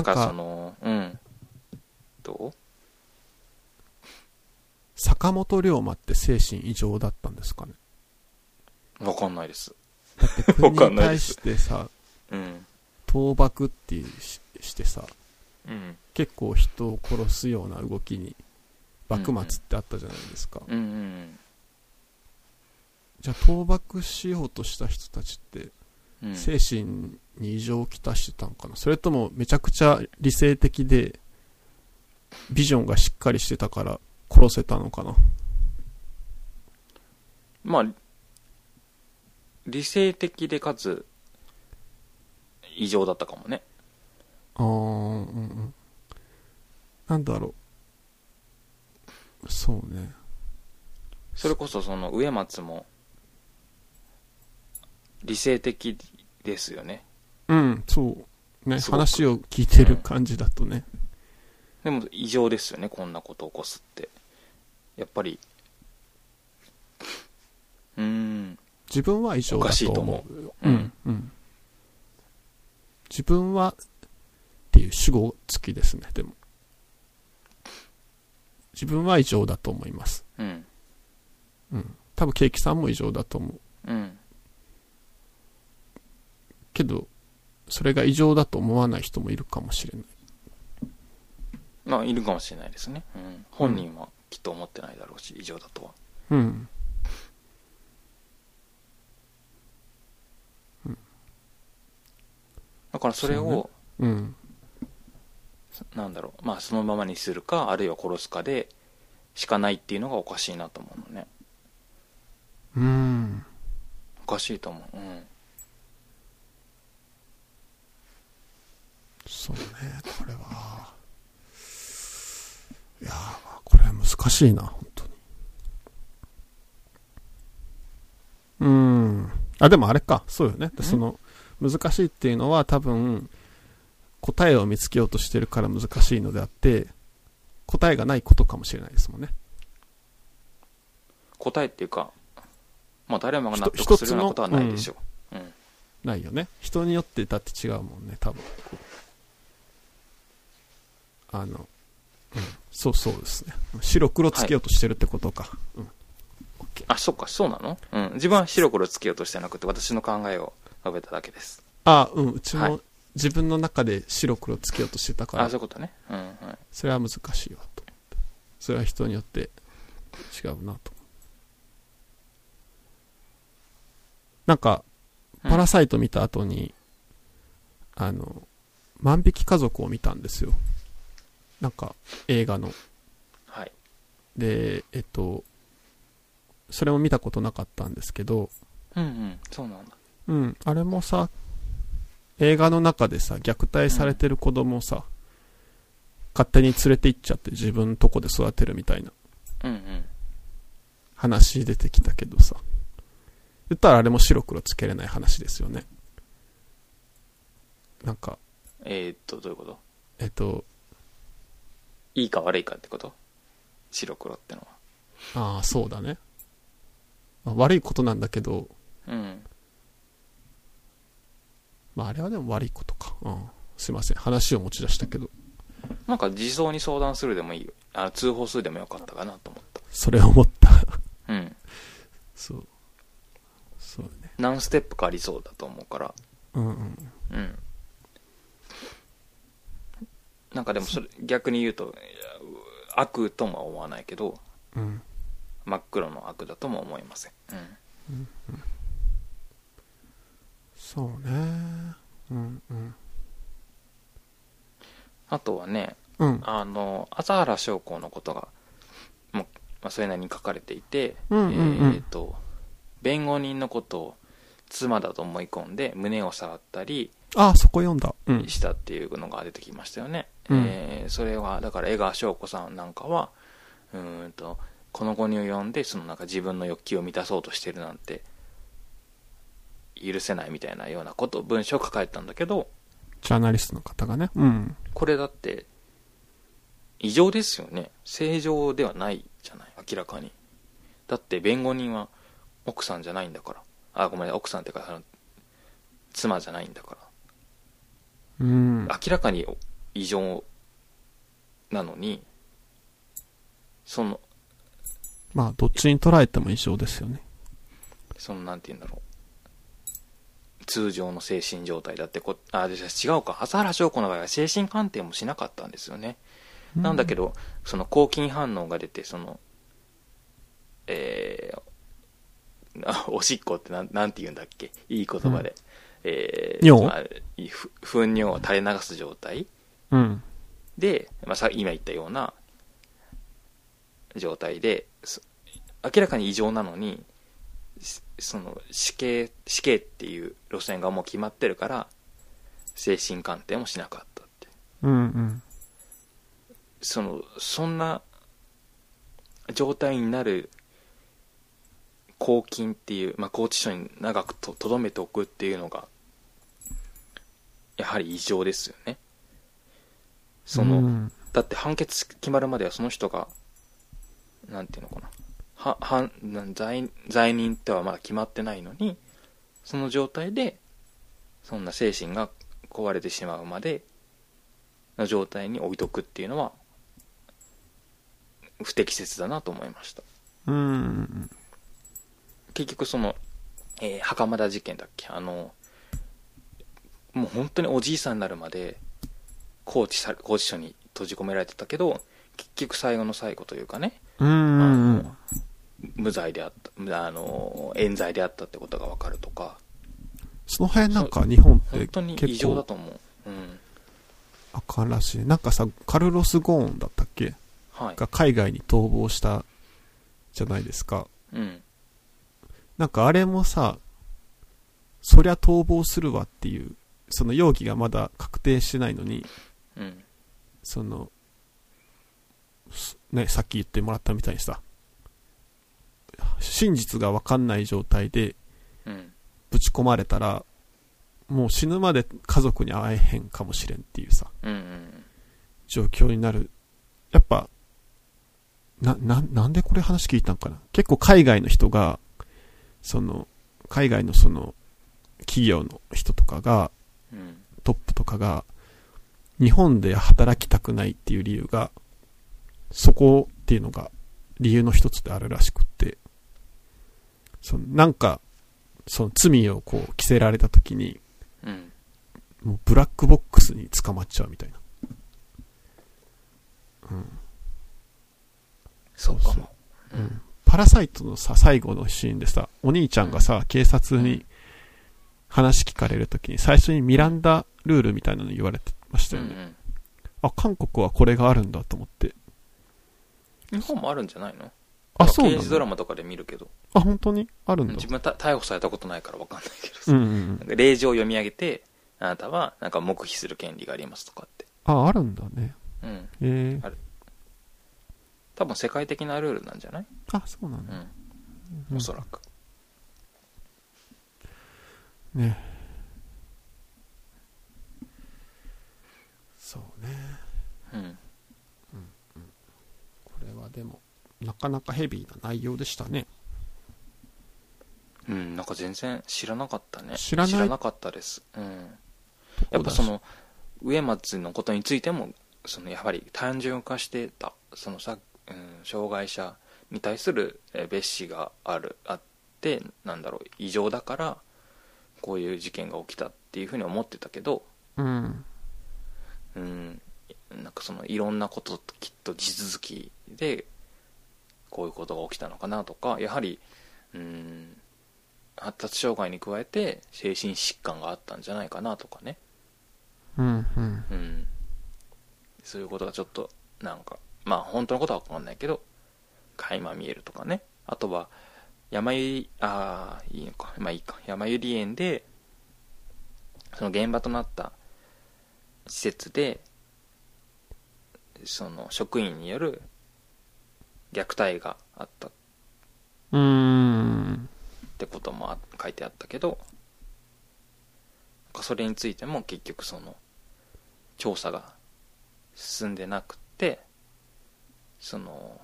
A: なんん
B: か
A: かそのうんどう
B: 坂本龍馬って精神異常だったんですかね
A: わかんないです
B: だって国
A: わかん
B: に
A: ない
B: 対
A: です
B: してさ
A: うん
B: 倒幕っていうししてさ
A: うん
B: 結構人を殺すような動きに幕末ってあったじゃないですか、
A: うんうん
B: じゃあ倒幕しようとした人たちって
A: うん
B: 精神に異常をきたしてたんかな、それともめちゃくちゃ理性的でビジョンがしっかりしてたから殺せたのかな
A: まあ理性的でかつ異常だったかもね
B: あーうんうんなんだろうそうね
A: それこそその植松も理性的ですよね
B: うんそうね
A: すごく
B: 話を聞いてる感じだとね、
A: でも異常ですよねこんなことを起こすってやっぱりうーん
B: 自分は異常だと
A: お
B: 思
A: か
B: う
A: う
B: うん、うん、自分はっていう主語付きですねでも自分は異常だと思います
A: うん
B: うん多分ケーキさんも異常だと思う
A: うん
B: けどそれが異常だと思わない人もいるかもしれない
A: まあいるかもしれないですね、うん、本人はきっと思ってないだろうし異常だとは
B: うん、うん、
A: だからそれ
B: そうね
A: を
B: うん
A: なんだろう、まあ、そのままにするかあるいは殺すかでしかないっていうのがおかしいなと思うのね
B: うん
A: おかしいと思ううん
B: そうねこれはいやーまあこれは難しいな本当にうーんあでもあれかそうよねでその難しいっていうのは多分答えを見つけようとしてるから難しいのであって答えがないことかもしれないですもんね
A: 答えっていうかまあ誰もが納
B: ひと
A: 得するようなことはないでしょう、うん
B: ないよね人によってだって違うもんね多分あの、うん、そうそうですね白黒つけようとしてるってことか、うん
A: あそっかそうなの、うん、自分は白黒つけようとしてなくて私の考えを述べただけです
B: あうん、うち
A: はい
B: も自分の中で白黒つけようとしてたから、
A: あそういうことねうんはい
B: それは難しいわと思って。それは人によって違うなと。なんか、
A: うん
B: パラサイト見た後に、あの、万引き家族を見たんですよ。なんか、映画の。
A: はい
B: で、えっと、それも見たことなかったんですけど、
A: うんうんそうなんだ
B: うん、あれもさ、映画の中でさ、虐待されてる子供をさ、勝手に連れて行っちゃって自分のとこで育てるみたいな
A: うんうん
B: 話出てきたけどさ。言ったらあれも白黒つけれない話ですよね。なんか、
A: えー、っとどういうこと
B: えっと、
A: いいか悪いかってこと白黒ってのは
B: ああ、そうだね。まあ悪いことなんだけど、
A: うん
B: まああれはでも悪いことか。うん。すいません。話を持ち出したけど、
A: なんか自走に相談するでもいいよあ通報するでもよかったかなと思っ
B: それを思った。
A: たうん
B: そう。そうね。
A: 何ステップかありそうだと思うから
B: うんうん。
A: うんなんかでもそれ逆に言うといやう悪とも思わないけど
B: うん。
A: 真っ黒の悪だとも思いませんうん
B: そうね。うんうん。
A: あとはね
B: うん。
A: あの朝原将校のことがもう、まあ、それなりに書かれていて、
B: うんうんうん
A: えっ、と弁護人のことを妻だと思い込んで胸を触ったり
B: あ、そこ読んだ。うん。
A: したっていうのが出てきましたよね、
B: うん
A: えーそれはだから江川翔子さんなんかはうーんとこの後に及んでそのなんか自分の欲求を満たそうとしてるなんて許せないみたいなようなこと文章を書かれたんだけど
B: ジャーナリストの方がね。うん。
A: これだって異常ですよね正常ではないじゃない明らかにだって弁護人は奥さんじゃないんだからあごめん奥さんっていうかあの妻じゃないんだから
B: うん。
A: 明らかに異常なのにその
B: まあ、どっちに捉えても異常ですよね。
A: そのなんて言うんだろう通常の精神状態だってこあで違うか朝原翔子の場合は精神鑑定もしなかったんですよね、なんだけ
B: ど。
A: どその抗菌反応が出てそのえー *laughs* なおしっこってなんなんて言うんだっけいい言葉で。え
B: 尿
A: まあいふ糞尿を垂れ流す状態
B: うん。
A: で、まあ、さ今言ったような状態で、そ明らかに異常なのに、しその死刑、死刑っていう路線がもう決まってるから、精神鑑定もしなかったって。
B: うんうん。
A: そのそんな状態になる拘禁っていう、まあ、拘置所に長くととどめておくっていうのがやはり異常ですよねその、
B: うん
A: だって判決決まるまではその人がなんていうのかなははなん罪罪人とはまだ決まってないのにその状態でそんな精神が壊れてしまうまでの状態に置いとくっていうのは不適切だなと思いました
B: うん。
A: 結局その、えー袴田事件だっけあのもう本当におじいさんになるまで拘置さ拘置所に閉じ込められてたけど結局最後の最後というかね
B: うんうんうん。
A: 無罪であったむあの冤罪であったってことが分かるとか
B: その辺なんか日本っ
A: 本
B: て
A: 当に異
B: 結
A: 常だ
B: 構
A: と思ううん
B: あかんらしい。なんかさ、カルロス・ゴーンだったっけ
A: はい
B: が海外に逃亡したじゃないですか。
A: うん
B: なんかあれもさ、そりゃ逃亡するわっていう、その容疑がまだ確定してないのに、
A: うん
B: その、すね、さっき言ってもらったみたいにさ、真実がわかんない状態で
A: うん
B: ぶち込まれたら、もう死ぬまで家族に会えへんかもしれんっていうさ、
A: うんうん
B: 状況になる。やっぱ、な、な、なんでこれ話聞いたんかな結構海外の人が、その、海外のその、企業の人とかが、
A: うん
B: トップとかが、日本で働きたくないっていう理由が、そこっていうのが理由の一つであるらしくって、そのなんか、その罪をこう着せられた時に、
A: うん
B: もうブラックボックスに捕まっちゃうみたいな。
A: そうかも
B: うんパラサイトのさ、最後のシーンでさ、お兄ちゃんがさ、警察に話聞かれるときに、最初にミランダルールみたいなの言われてました
A: う
B: よ
A: ん
B: ね。あ、韓国はこれがあるんだと思って。
A: うん日本もあるんじゃないの
B: あ、そうな
A: 刑事ドラ
B: の
A: マとかで見るけど
B: あ、本当にあるんだ
A: 自。分はた逮捕されたことないから分かんないけど
B: う
A: さ
B: んうんうん
A: なん。か令状を読み上げてあなたはなんか黙秘する権利がありますとかって
B: あ、あるんだね。
A: うん
B: え
A: あ多分世界的なルールなんじゃない
B: ー、あ、そうなん
A: う
B: だ。
A: ん
B: うん
A: おそらく
B: ね。そうね。
A: うん
B: これはでも、なかなかヘビーな内容でしたね。
A: うん、なんか全然知らなかったね
B: 知らない
A: かったです、うん、やっぱその植松のことについてもそのやはり単純化してたそのさ、うん、障害者に対するえー蔑視があるあってなんだろう異常だからこういう事件が起きたっていうふうに思ってたけど
B: うん。
A: うんなんかそのいろんなことときっと地続きでこういうことが起きたのかなとかやはりうん発達障害に加えて精神疾患があったんじゃないかなとかね、
B: うん、うん。
A: うん、そういうことがちょっとなんかまあ本当のことは分かんないけど垣間見えるとかねあとは山ゆりああいいのかまあいいか山ゆり園でその現場となった施設でその職員による虐待があったっ
B: うーん。
A: てこともあ書いてあったけどなんかそれについても結局その調査が進んでなくってその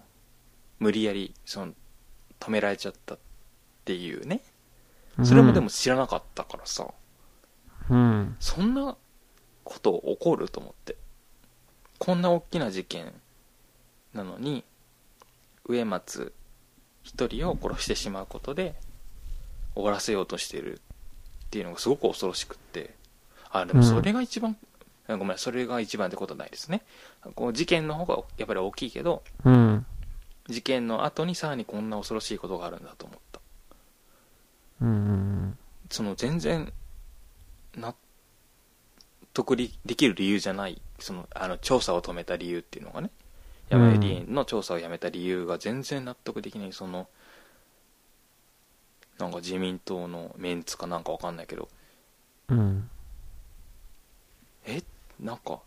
A: 無理やりその止められちゃったっていうねそれもでも知らなかったからさ、
B: うん、
A: そんなこと起こると思ってこんな大きな事件なのに植松一人を殺してしまうことで終わらせようとしてるっていうのがすごく恐ろしくってあでもそれが一番、あごめんそれが一番ってことはないですねこう事件の方がやっぱり大きいけど
B: うん。
A: 事件の後にさらにこんな恐ろしいことがあるんだと思った
B: うんうん
A: その全然納得りできる理由じゃないそのあの調査を止めた理由っていうのがね山根理園の調査をやめた理由が全然納得できないそのなんか自民党のメンツかなんかわかんないけど
B: うんうん
A: えなんか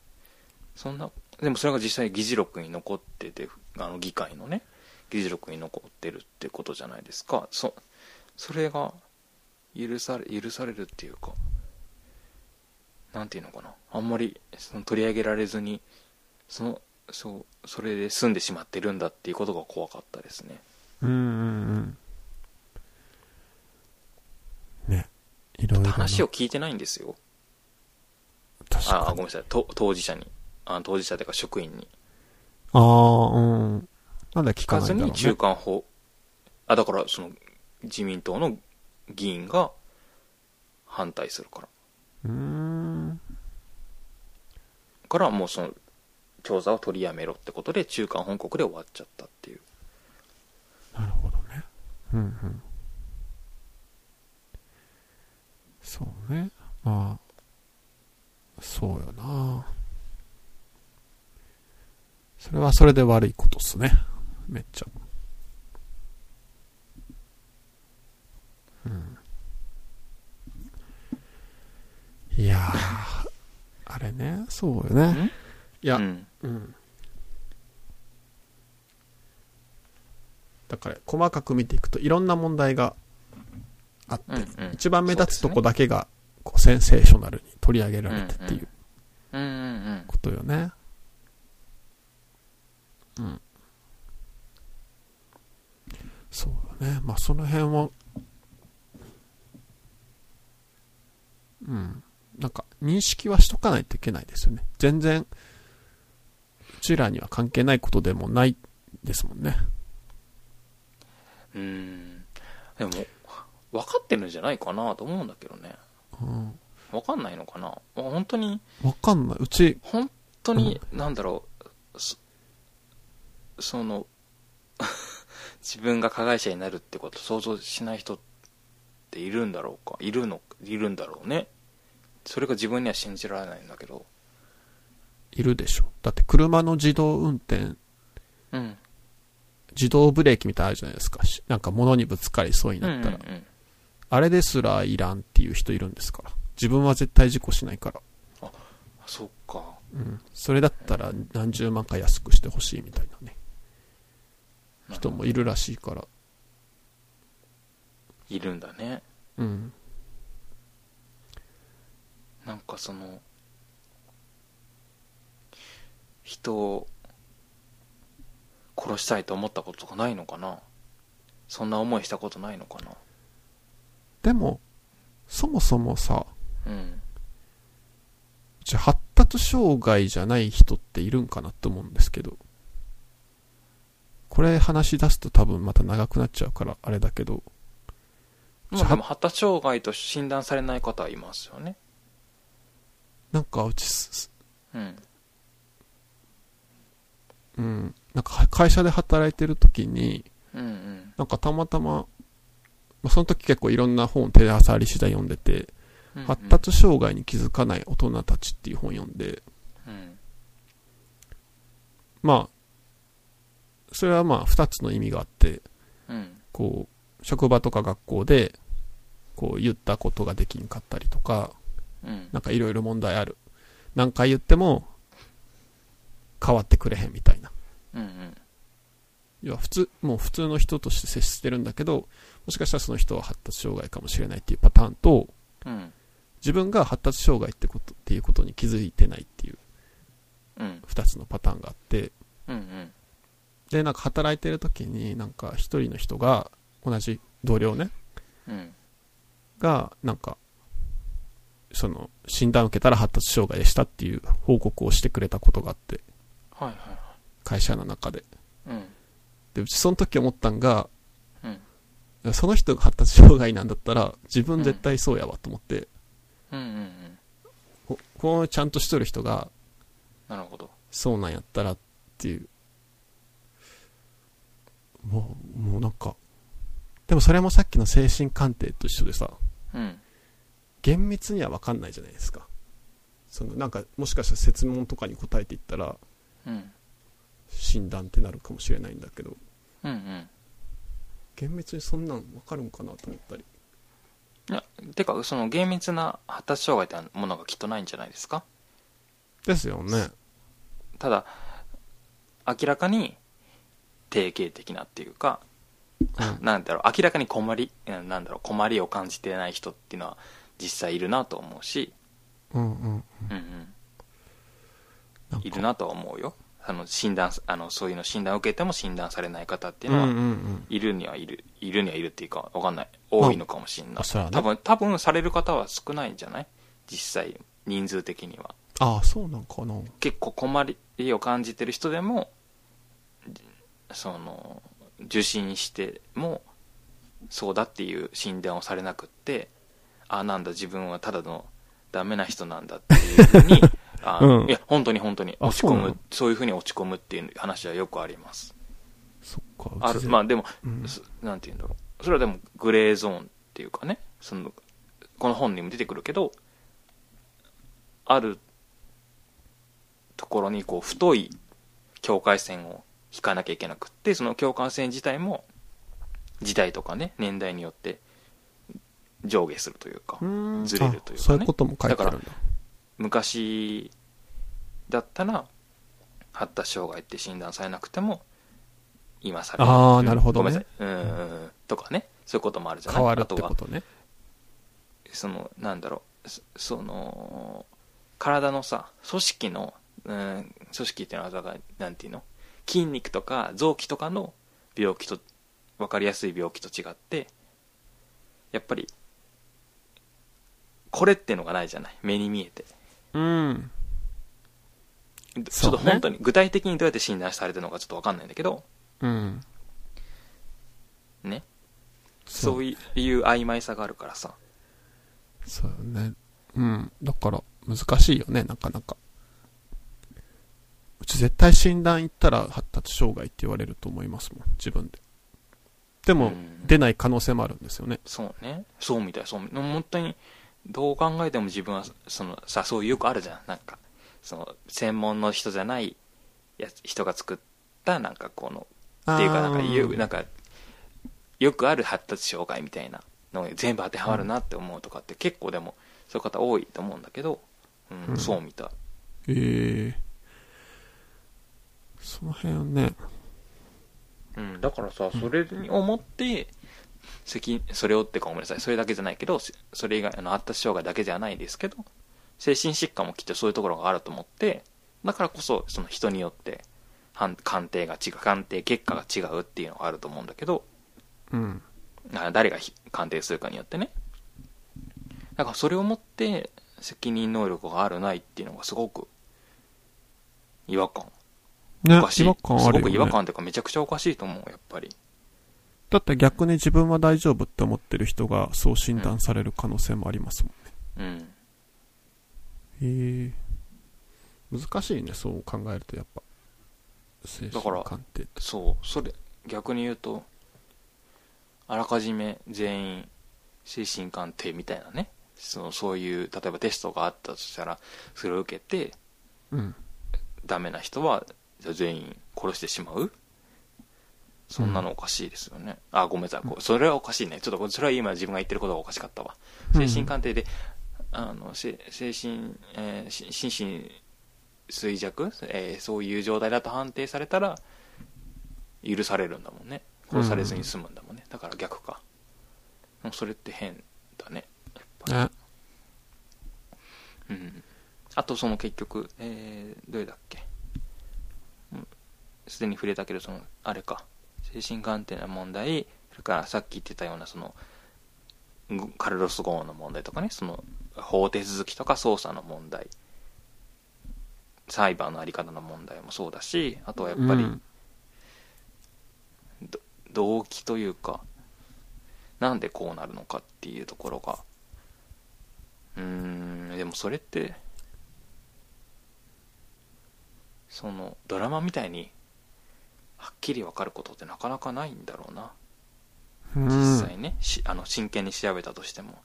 A: そんなでもそれが実際議事録に残っててあの議会のね議事録に残ってるってことじゃないですかそそれが許され許されるっていうかなんていうのかなあんまりその取り上げられずにそのそうそれで済んでしまってるんだっていうことが怖かったですね
B: うんうんねいろいろな
A: 話を聞いてないんですよ
B: 確
A: ああ
B: か
A: ごめん
B: に
A: なさいと当事者にあ当事者というか職員に
B: ああうんなんで聞
A: 聞か
B: かない
A: ず
B: んだろう
A: に
B: ね
A: 中間法、あ、だからその自民党の議員が反対するから。
B: うーん
A: からもうその調査を取りやめろってことで中間報告で終わっちゃったっていう。
B: なるほどね。うんうん。そうね。まあ、そうよな。それはそれで悪いことっすね。めっちゃ。うん。いやー、あれね、そうよね。
A: ん
B: いや
A: う、ん。
B: うん。だから細かく見ていくといろんな問題があって、
A: うんうん
B: 一番目立つとこだけがこうセンセーショナルに取り上げられてっていう
A: うんうんうん。
B: ことよね。うん。そうだね。まあその辺は、うん。なんか認識はしとかないといけないですよね。全然、うちらには関係ないことでもないですもんね。
A: うん。でも、分かってるんじゃないかなと思うんだけどね。
B: うん。
A: 分かんないのかな。まあ本当に、
B: わかんない。うち、
A: 本当に、なんだろう、そその、 *laughs* 自分が加害者になるってこと想像しない人っているんだろうかいるの、いるんだろうね。それが自分には信じられないんだけど。
B: いるでしょ。だって車の自動運転、
A: うん。
B: 自動ブレーキみたいなのあるじゃないですか。しなんか物にぶつかりそうに
A: うんう
B: なったら。
A: ん
B: あれですらいらんっていう人いるんですから。自分は絶対事故しないから。
A: あそっか。
B: うん。それだったら何十万か安くしてほしいみたいなね。人もいるらしいから。
A: いるんだね。
B: うん。
A: なんかその、人を殺したいと思ったことがないのかなそんな思いしたことないのかな
B: でも、そもそもさ、
A: うん。
B: うち発達障害じゃない人っているんかなって思うんですけど。これ話し出すと多分また長くなっちゃうからあれだけど。
A: まあ、でも発達障害と診断されない方はいますよね。
B: なんかうちす、
A: うん。
B: うん。なんか会社で働いてる時に、
A: うんうん。
B: なんかたまたま、まあその時結構いろんな本を手で触り次第読んでて、
A: うんうん
B: 発達障害に気づかない大人たちっていう本読んで、
A: うん。
B: まあ、それはまあ二つの意味があって、
A: うん。
B: こう、職場とか学校で、こう言ったことができんかったりとか、
A: うん。
B: なんかいろいろ問題ある。何回言っても、変わってくれへんみたいな。
A: うんうん。
B: 要は普通、もう普通の人として接してるんだけど、もしかしたらその人は発達障害かもしれないっていうパターンと、
A: うん。
B: 自分が発達障害ってことっていうことに気づいてないっていう
A: うん。
B: 2つのパターンがあって
A: うんうん。
B: でなんか働いてる時になんか1人の人が同じ同僚ね
A: うん。
B: がなんかその診断を受けたら発達障害でしたっていう報告をしてくれたことがあって
A: はいはいは
B: 会社の中で
A: い。うん。
B: でうちその時思ったんが
A: うん。
B: その人が発達障害なんだったら自分絶対そうやわと思って、
A: うんうんうん。
B: ここのちゃんとしとる人が
A: なるほど。
B: そうなんやったらっていう。もう、もうなんか、でもそれもさっきの精神鑑定と一緒でさ、
A: うん。
B: 厳密には分かんないじゃないですか。そのなんか、もしかしたら説問とかに答えていったら、
A: うん。
B: 診断ってなるかもしれないんだけど、
A: うんうん。
B: 厳密にそんなん分かるんかなと思ったり。
A: いや、てか、その厳密な発達障害ってものがきっとないんじゃないですか
B: ですよね。
A: ただ、明らかに定型的なっていうか、
B: うん
A: なんだろう、明らかに困り、うんなんだろう、困りを感じてない人っていうのは実際いるなと思うし、
B: うんうん。
A: うんうん。
B: なんか
A: いるなとは思うよ。あの、診断、あの、そういうの診断を受けても診断されない方っていうのは、
B: うんうんうん。
A: いるにはいる、いるにはいるっていうか、わかんない。多いのかもしれない。
B: あそうやね
A: 多分、多分される方は少ないんじゃない実際、人数的には。
B: ああ、そうなんかな。
A: 結構困りを感じてる人でも、じその、受診しても、そうだっていう診断をされなくって、あ、なんだ、自分はただのダメな人なんだっていうふうに、あ
B: *laughs* うん
A: いや、本当に本当に
B: あ
A: 落ち込
B: そうな
A: む
B: の
A: そういうふうに落ち込むっていう話はよくあります。
B: そっか。
A: あ
B: うち
A: る
B: で
A: まあでも、
B: うん
A: すなんて言うんだろうそれはでもグレーゾーンっていうかねそのこの本にも出てくるけどあるところにこう太い境界線を引かなきゃいけなくってその境界線自体も時代とかね年代によって上下するというか、
B: うーん
A: ずれるというかね
B: あそういうことも書いてあるんだ。
A: 昔だったら発達障害って診断されなくても今され
B: あーなるほど
A: ご
B: ね
A: めんなさいうんうんうんとかねそういうこともあるじゃない
B: 変わるってこ
A: あとは
B: とね。
A: そのなんだろうそその体のさ組織の、うん、組織っていうのはだからなんていうの筋肉とか臓器とかの病気と分かりやすい病気と違ってやっぱりこれってのがないじゃない目に見えて
B: うん。
A: ちょっと
B: そうね
A: 本当に具体的にどうやって診断されてるのかちょっとわかんないんだけど、
B: うん。
A: ね。そういう曖昧さがあるからさ。
B: そうよね。うん。だから、難しいよね、なかなか。うち絶対診断行ったら発達障害って言われると思いますもん、自分で。で
A: う
B: も、
A: ん
B: 出ない可能性もあるんですよね。
A: そうね。そうみたい、そうみ本当に、どう考えても自分は、その、さ、そういうよくあるじゃん。なんか、その、専門の人じゃないやつ人が作った、なんかこの、っていうか、なんか、よなんか、よくある発達障害みたいなのに全部当てはまるなって思うとかって結構でも、そういう方多いと思うんだけど、うん、
B: うん
A: そうみたい。
B: ええその辺はね、
A: うん、だからさ、それに思って、責それをってかごめんなさい、それだけじゃないけど、せそれ以外、あの、発達障害だけじゃないですけど、精神疾患もきっとそういうところがあると思って、だからこそ、その人によって、判鑑定が違う、鑑定結果が違うっていうのがあると思うんだけど、
B: うん。
A: あ誰がひ鑑定するかによってね。だからそれをもって、責任能力があるないっていうのがすごく、違和感。
B: ね、
A: おかしい。
B: 違和感あ
A: す
B: る
A: ご
B: よ、
A: く
B: ね。
A: 違和感というか、めちゃくちゃおかしいと思う、やっぱり。
B: だって逆に自分は大丈夫って思ってる人がそう診断される可能性もありますもんね。
A: うん。
B: へえ難しいね、そう考えるとやっぱ。精
A: だから
B: 神鑑定。
A: そうそれ逆に言うとあらかじめ全員精神鑑定みたいなねそのそういう例えばテストがあったとしたらそれを受けて
B: うん。
A: ダメな人はじゃあ全員殺してしまうそんなのおかしいですよね、あごめんなさいこうそれはおかしいねちょっとこれそれは今自分が言ってることがおかしかったわ
B: うん
A: 精神鑑定で、あのせ精神、えーし心身衰弱、えーそういう状態だと判定されたら許されるんだもんね殺されずに済むんだもんね、だから逆かもうそれって変だねやっぱり
B: ね。
A: うん、あとその結局、えー、どれだっけうんすでに触れたけどそのあれか精神鑑定の問題それからさっき言ってたようなそのんカルロス・ゴーンの問題とかねその法手続きとか捜査の問題裁判のあり方の問題もそうだしあとはやっぱり、
B: うん
A: ど動機というかなんでこうなるのかっていうところがうーんでもそれってそのドラマみたいにはっきり分かることってなかなかないんだろうな
B: うん
A: 実際ね、しあの真剣に調べたとしても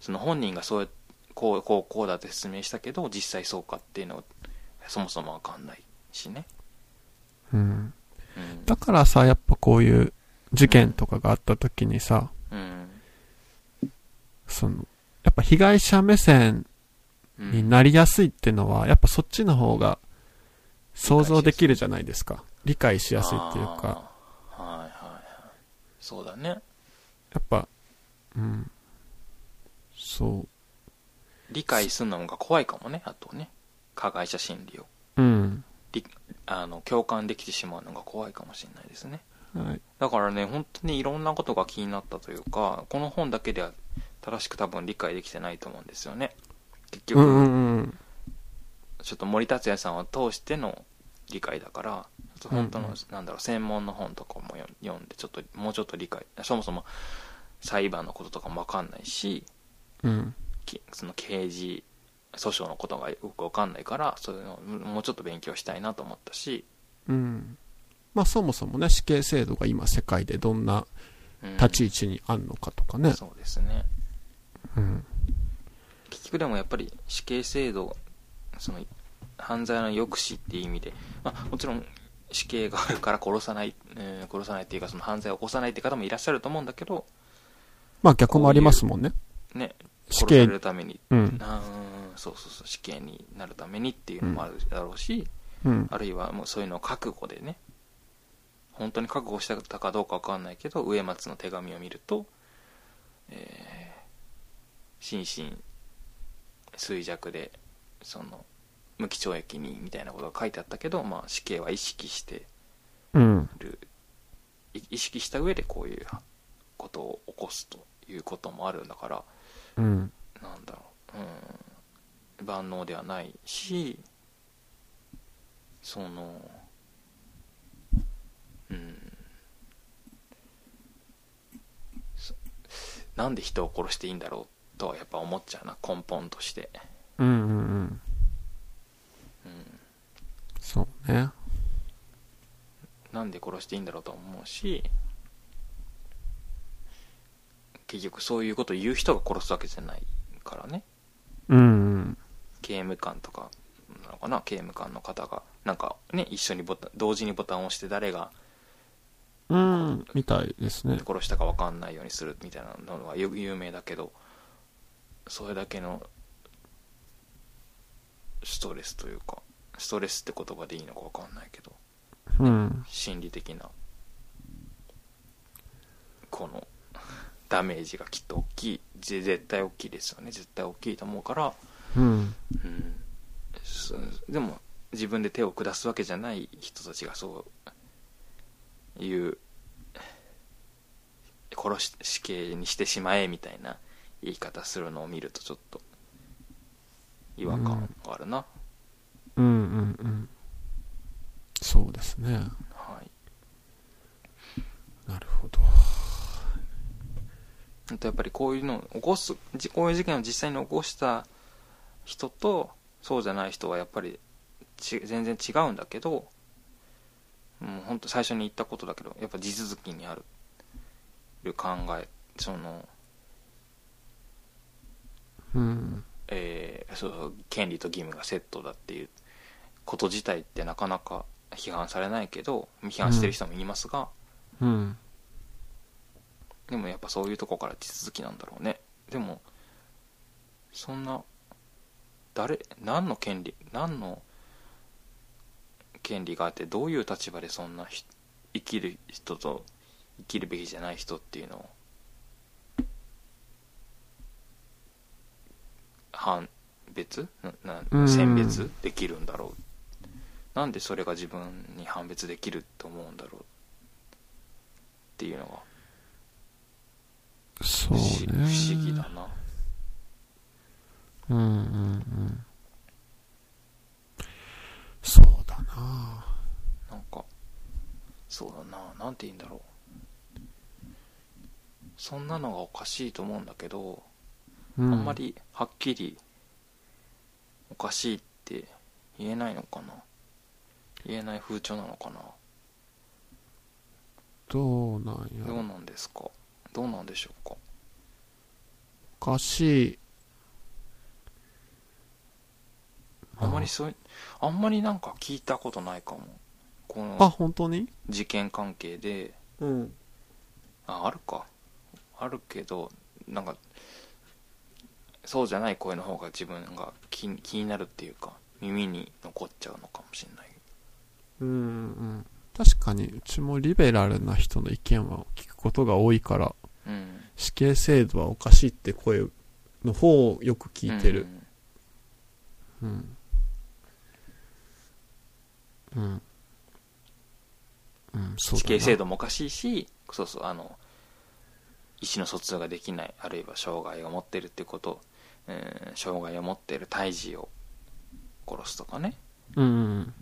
A: その本人がそうこうこうこうだって説明したけど実際そうかっていうのはそもそもわかんないしね、
B: うん。
A: うん
B: だからさ、やっぱこういう事件とかがあった時にさ、
A: うん
B: その、やっぱ被害者目線
A: うん
B: になりやすいってのは、やっぱそっちの方が想像できるじゃないですか。理解しやすいっていうか、
A: あーはいはいはいそうだね
B: やっぱ、うん。そ
A: 理解するのが怖いかもねあとね加害者心理を
B: う。うん。
A: 理あの共感できてしまうのが怖いかもしれないですね
B: はい。
A: だからね本当にいろんなことが気になったというかこの本だけでは正しく多分理解できてないと思うんですよね結
B: う
A: 局、
B: んうんうん。
A: ちょっと森達也さんを通しての理解だからちょっと本当の、
B: うんうん
A: なんだろう専門の本とかも読読んでちょっともうちょっと理解そもそも裁判のこととかも分かんないし
B: うん。
A: きその刑事訴訟のことがよく分かんないからそういうのをもうちょっと勉強したいなと思ったし、
B: うん。まあそもそもね、死刑制度が今世界でどんな
A: うん
B: 立ち位置にあんのかとかね。
A: そうですね
B: うん。
A: 結局でもやっぱり死刑制度その犯罪の抑止っていう意味で、まあ、もちろん死刑があるから殺さない、うん殺さないっていうかその犯罪を起こさないって方もいらっしゃると思うんだけど
B: まあ逆もありますもんね。
A: ね
B: 死
A: 殺
B: 刑
A: されるために
B: うん。
A: あーそうそうそう死刑になるためにっていうのもあるだろうし、
B: うん。
A: あるいはもうそういうのを覚悟でね本当に覚悟してたかどうかわかんないけど植松の手紙を見ると、えー心身衰弱でその無期懲役にみたいなことが書いてあったけど、まあ、死刑は意識して
B: うん。
A: るい意識した上でこういうことを起こすということもあるんだから
B: うん。
A: なんだろう、うん、万能ではないし、その、うん、そなんで人を殺していいんだろうとはやっぱ思っちゃうな、根本として。
B: うんうんうん。
A: うん、
B: そうね。
A: なんで殺していいんだろうと思うし、結局そういうことを言う人が殺すわけじゃないからね。
B: うん
A: 刑務官とかなのかな刑務官の方がなんかね一緒にボタン同時にボタンを押して誰が
B: うん。うん。みたいですね。
A: 殺したか分かんないようにするみたいなのが有有名だけどそれだけのストレスというかストレスって言葉でいいのか分かんないけど
B: うん。
A: 心理的なこのダメージがきっと大きいぜ絶対大きいですよね絶対大きいと思うから
B: うん。
A: うんそでも自分で手を下すわけじゃない人たちがそういう殺し死刑にしてしまえみたいな言い方するのを見るとちょっと違和感があるな、
B: うんうんうん。そうですね。
A: はい
B: なるほど。
A: あとやっぱりこういうのを起こすじこういう事件を実際に起こした人とそうじゃない人はやっぱりち全然違うんだけどもう本当最初に言ったことだけどやっぱ地続きにあるる考えその、
B: うん。
A: えーそうそう権利と義務がセットだっていうこと自体ってなかなか批判されないけど批判してる人もいますが、
B: うん。
A: でもやっぱそういうとこから手続きなんだろうねでもそんな誰何の権利何の権利があってどういう立場でそんなひ生きる人と生きるべきじゃない人っていうのを判別な
B: う
A: なん選別できるんだろうなんでそれが自分に判別できると思うんだろうっていうのが
B: そう
A: 不
B: ね。
A: 思議だ。な
B: うんうんうん。そうだな
A: なんかそうだななんて言うんだろうそんなのがおかしいと思うんだけど、
B: あ
A: あんま。りはっきりおかしいって言えないのかな言えない風潮なのかな
B: どうなんや
A: ど
B: ろ
A: う
B: う。
A: なんですかどうなんでしょうか
B: おかしい。
A: あんまりそういあんまりなんか聞いたことないかもこ
B: あ、
A: の
B: 本当に
A: 事件関係で
B: うん。
A: ああるかあるけどなんかそうじゃない声の方が自分が気に気になるっていうか耳に残っちゃうのかもしれない
B: うんうん。確かに、うちもリベラルな人の意見は聞くことが多いから、
A: うん
B: 死刑制度はおかしいって声の方をよく聞いてる。うん。うん。うん、そうだな
A: 死刑制度もおかしいしそうそうあの意思の疎通ができないあるいは障害を持ってるっていうこと、うん、障害を持ってる胎児を殺すとかね
B: うんうん。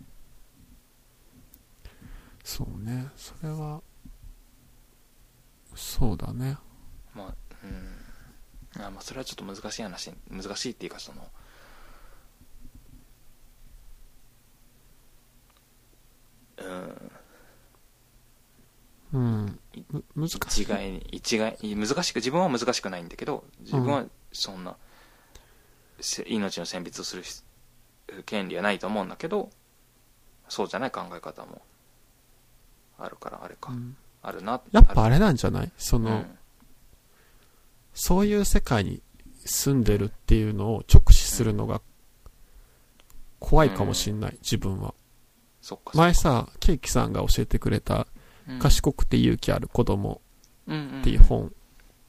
B: そうね。それは、そうだね。
A: まあうんあまあそれはちょっと難しい話難しいっていうかそのうん
B: うん。む難しい。
A: 一概に一概に難しく自分は難しくないんだけど自分はそんな、せ命の選別をするし権利はないと思うんだけどそうじゃない考え方もあるからあれか、
B: うん
A: あるな
B: やっぱ
A: あ
B: あれなんじゃないそ
A: る
B: の、
A: うん
B: そういう世界に住んでるっていうのを直視するのが怖いかもしんない、自分は。
A: そっか
B: 前さ、ケーキさんが教えてくれた、賢くて勇気ある子供っていう本、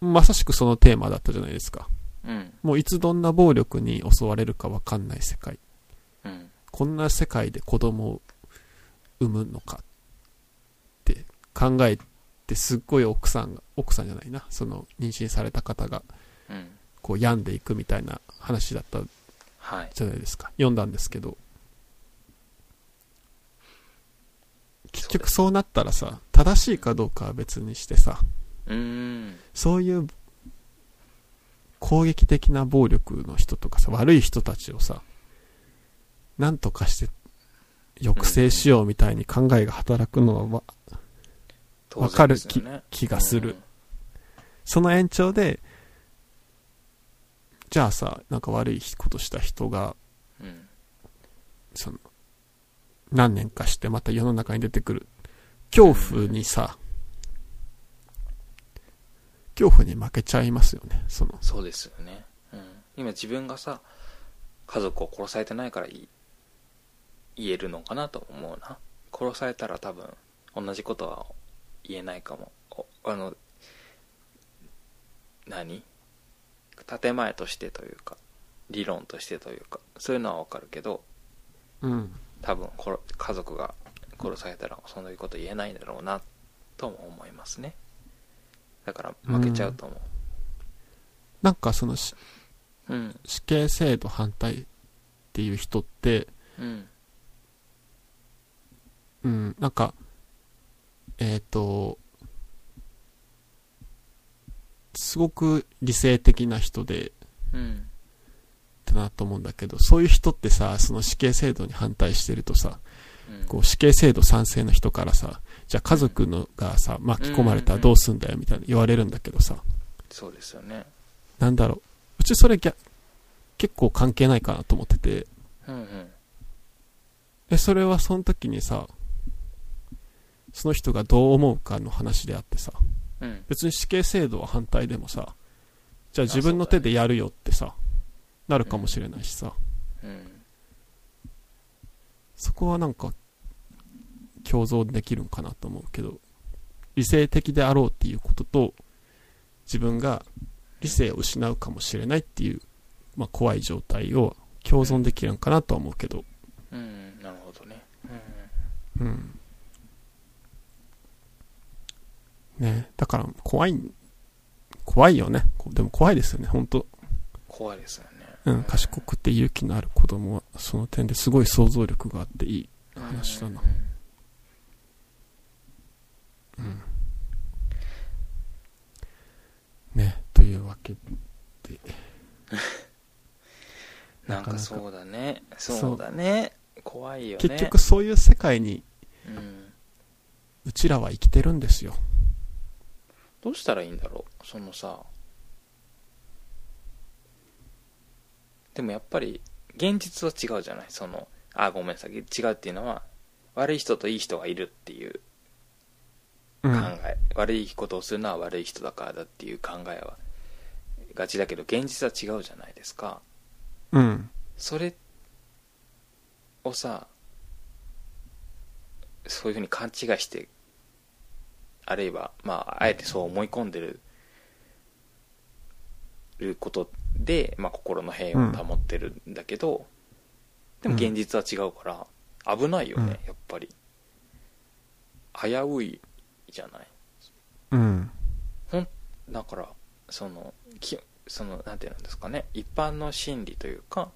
B: まさしくそのテーマだったじゃないですか。
A: うんうん
B: もういつどんな暴力に襲われるかわかんない世界。
A: うんうん
B: こんな世界で子供を産むのかって考えてすっごい奥さんが、奥さんじゃないな、その妊娠された方が
A: うん
B: こう病んでいくみたいな話だった
A: はい
B: じゃないですか。読んだんですけど。結局そうなったらさ、正しいかどうかは別にしてさ、
A: うーん
B: そういう攻撃的な暴力の人とかさ、悪い人たちをさ、なんとかして抑制しようみたいに考えが働くのはわわかる
A: 当然ですよね
B: 気がするその延長で、じゃあさ、なんか悪いことした人が、
A: うんうん
B: その、何年かしてまた世の中に出てくる。恐怖にさ、恐怖に負けちゃいますよね、その。
A: そうですよね、うん、今自分がさ家族を殺されてないからい言えるのかなと思うな殺されたら多分同じことは言えないかもおあの何建前としてというか理論としてというかそういうのはわかるけど
B: うん。
A: 多分殺家族が殺されたらそんなこと言えないんだろうなとも思いますねだから負けちゃうと思
B: なんかそのし
A: ううん
B: 死刑制度反対っていう人って、
A: うん
B: うん、なんか、えっ、と、すごく理性的な人で、
A: うん
B: だなと思うんだけど、そういう人ってさ、その死刑制度に反対してるとさ、
A: うん
B: こう死刑制度賛成の人からさ、じゃあ家族のがさ、巻き込まれたらどうすんだよみたいな言われるんだけどさ、
A: そうですよね
B: なんだろう。うちそれ逆結構関係ないかなと思ってて、
A: うんうん
B: え、それはその時にさ、その人がどう思うかの話であってさ、
A: うん
B: 別に死刑制度は反対でもさ、じゃあ自分の手でやるよってさ、なるかもしれないしさ、
A: うん
B: そこはなんか、共存できるんかなと思うけど、理性的であろうっていうことと、自分が理性を失うかもしれないっていう、まあ怖い状態を共存できるんかなとは思うけど、
A: うんなるほどね
B: うん。ねだから怖い、怖いよね。こでも怖いですよね、本当
A: 怖いですよね
B: うん、賢くて勇気のある子供は、その点ですごい想像力があっていい。話だなうん。ね、というわけで。
A: なんかそうだねそうだね怖いよね
B: 結局そういう世界に
A: うん
B: うちらは生きてるんですよ。
A: どうしたらいいんだろうそのさでもやっぱり現実は違うじゃないそのあごめんなさい違うっていうのは悪い人といい人がいるっていう
B: う
A: 考
B: ん。
A: え、悪いことをするのは悪い人だからだっていう考えはがちだけど現実は違うじゃないですか
B: うん。
A: それをさそういうふうに勘違いしてあるいはまああえてそう思い込んでるることで、まあ、心の平穏を保ってるんだけど、
B: うん
A: でも現実は違うから危ないよね、
B: うん
A: やっぱり危ういじゃない
B: うん。
A: ほんだからそのきそのなんていうんですかね一般の心理というか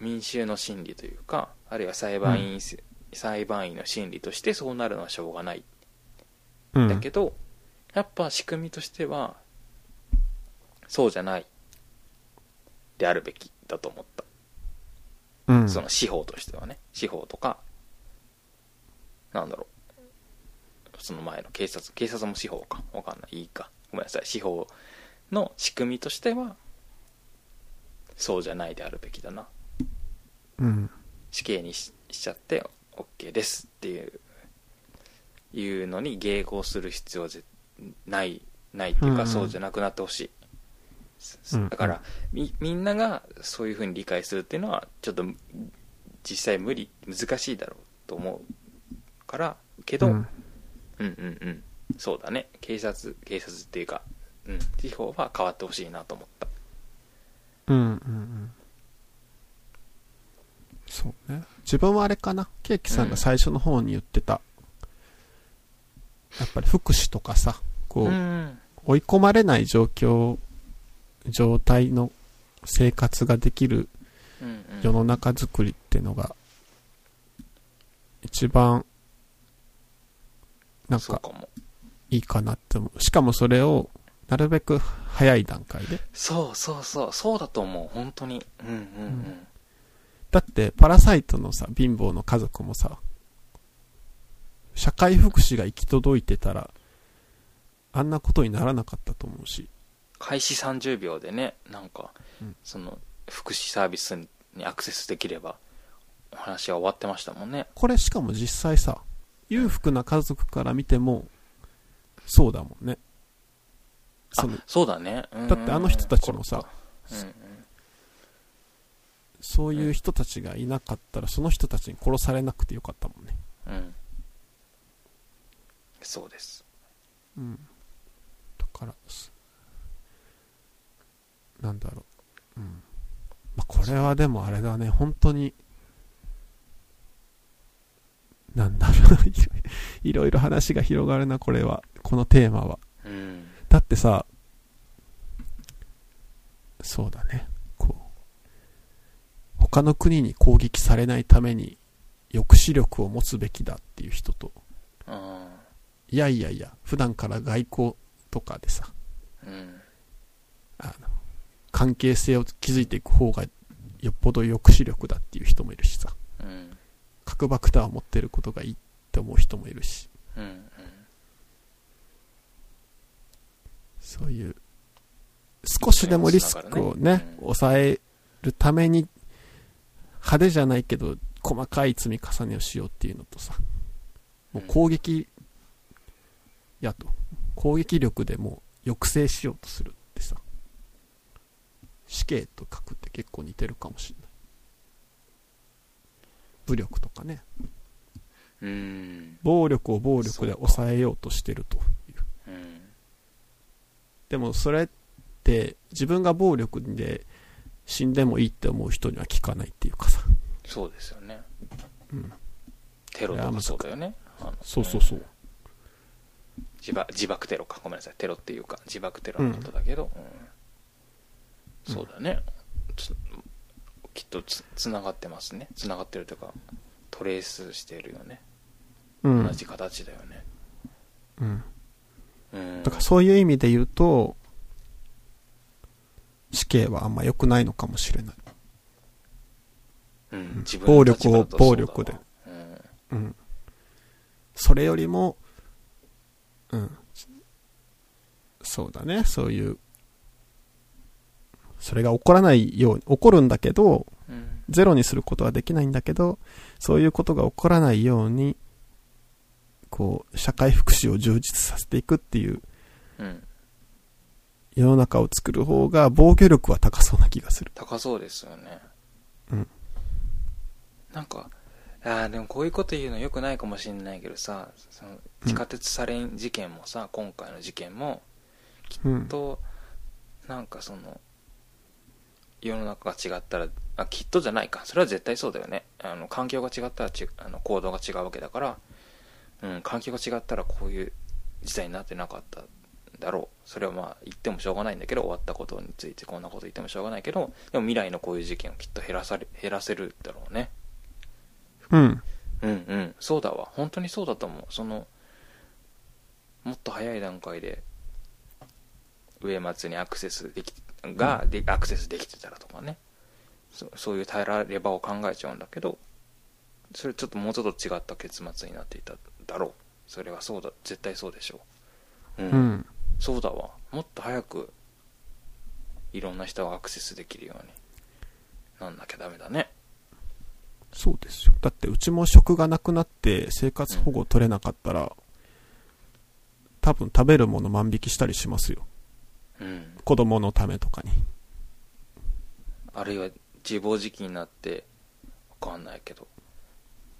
A: 民衆の心理というかあるいは裁判員、裁判員の心理としてそうなるのはしょうがない
B: うん。
A: だけど、やっぱ仕組みとしてはそうじゃないであるべきだと思った、
B: うん。
A: その司法としてはね司法とかなんだろうその前の警察警察も司法かわかんないいいかごめんなさい司法の仕組みとしてはそうじゃないであるべきだな
B: うん。
A: 死刑にししちゃって OK ですっていういうのに迎合する必要はぜないないっていうか、
B: うん
A: そうじゃなくなってほしいすす
B: うん
A: だから、みみんながそういうふうに理解するっていうのはちょっと実際無理難しいだろうと思うからけど、
B: うん
A: うんうんうんそうだね警察警察っていうか、うん、司法は変わってほしいなと思った
B: うんうんうんそうね自分はあれかなケーキさんが最初の方に言ってた、やっぱり福祉とかさこう、
A: ん
B: 追い込まれない状況状態の生活ができる
A: うんうん
B: 世の中づくりっていうのが一番なん
A: そう
B: か
A: かも
B: いいかなって思うしかもそれをなるべく早い段階で
A: そうそうそうそうだと思う本当にうんうんうん
B: だって、パラサイトのさ、貧乏の家族もさ、社会福祉が行き届いてたら、あんなことにならなかったと思うし。
A: 開始30秒でねなんか、
B: うん
A: その福祉サービスにアクセスできればお話は終わってましたもんね
B: これしかも実際さ、裕福な家族から見ても、そうだもんね。そ
A: あ
B: の、
A: そうだね、うんうん
B: だってあの人たちもさ、
A: うんうん、
B: そういう人たちがいなかったら、その人たちに殺されなくてよかったもんね。
A: うん、そうです
B: うん。だから、すなんだろう。うん。まあ、これはでもあれだね、本当に、なんだろう、い *laughs* ろいろいろ話が広がるな、これは。このテーマは。
A: うん
B: だってさ、そうだね、こう、他の国に攻撃されないために、抑止力を持つべきだっていう人と、
A: うん
B: いやいやいや、普段から外交とかでさ、
A: うん
B: あの、関係性を築いていく方がよっぽど抑止力だっていう人もいるしさ、
A: うん
B: 核爆弾を持ってることがいいって思う人もいるし、
A: うんうん
B: そういう、少しでもリスクを
A: つながる
B: ね
A: ね、うん
B: 抑えるために、派手じゃないけど、細かい積み重ねをしようっていうのとさ、もう攻撃、やと、攻撃力でもう抑制しようとするってさ、死刑と書くって結構似てるかもしれない。武力とかね、
A: うん
B: 暴力を暴力で抑えようとしてるという。
A: うん
B: でもそれって自分が暴力で死んでもいいって思う人には聞かないっていうかさ。
A: そうですよね
B: うん。
A: テロとかそうだよねあの
B: そうそうそう。
A: 自爆自爆テロかごめんなさいテロっていうか自爆テロのことだけど、うんそうだねつきっとつつながってますねつながってるというかトレースしてるよね
B: うん。
A: 同じ形だよね
B: うん。
A: うん
B: だからそういう意味で言うと、死刑はあんま良くないのかもしれない。
A: うん自分の立場だと
B: 暴力を
A: そうだわ
B: うん。それよりも、うん。そうだね、そういう、それが起こらないように、起こるんだけど、
A: うん
B: ゼロにすることはできないんだけど、そういうことが起こらないように、こう、社会福祉を充実させていくっていう
A: うん
B: 世の中を作る方が防御力は高そうな気がする。
A: 高そうですよね
B: うん
A: なんかあーでもこういうこと言うのよくないかもしれないけどさその地下鉄サリン事件もさ、今回の事件も
B: うん。
A: となんかその世の中が違ったらあきっとじゃないかそれは絶対そうだよねあの環境が違ったらちあの行動が違うわけだから、うん、環境が違ったらこういう事態になってなかったんだろうそれはまあ言ってもしょうがないんだけど終わったことについてこんなこと言ってもしょうがないけどでも未来のこういう事件をきっと減らされ減らせるだろうね
B: うん。
A: うんうんそうだわ本当にそうだと思うそのもっと早い段階で植松にアクセスできがでアクセスできてたらとかねそそういう耐えらればを考えちゃうんだけどそれちょっともうちょっと違った結末になっていただろうそれはそうだ絶対そうでしょううん、
B: うん。
A: そうだわもっと早くいろんな人がアクセスできるようになんなきゃダメだね
B: そうですよ。だってうちも食がなくなって生活保護取れなかったら、多分食べるもの万引きしたりしますよ。
A: うん
B: 子供のためとかに。
A: あるいは自暴自棄になってわかんないけど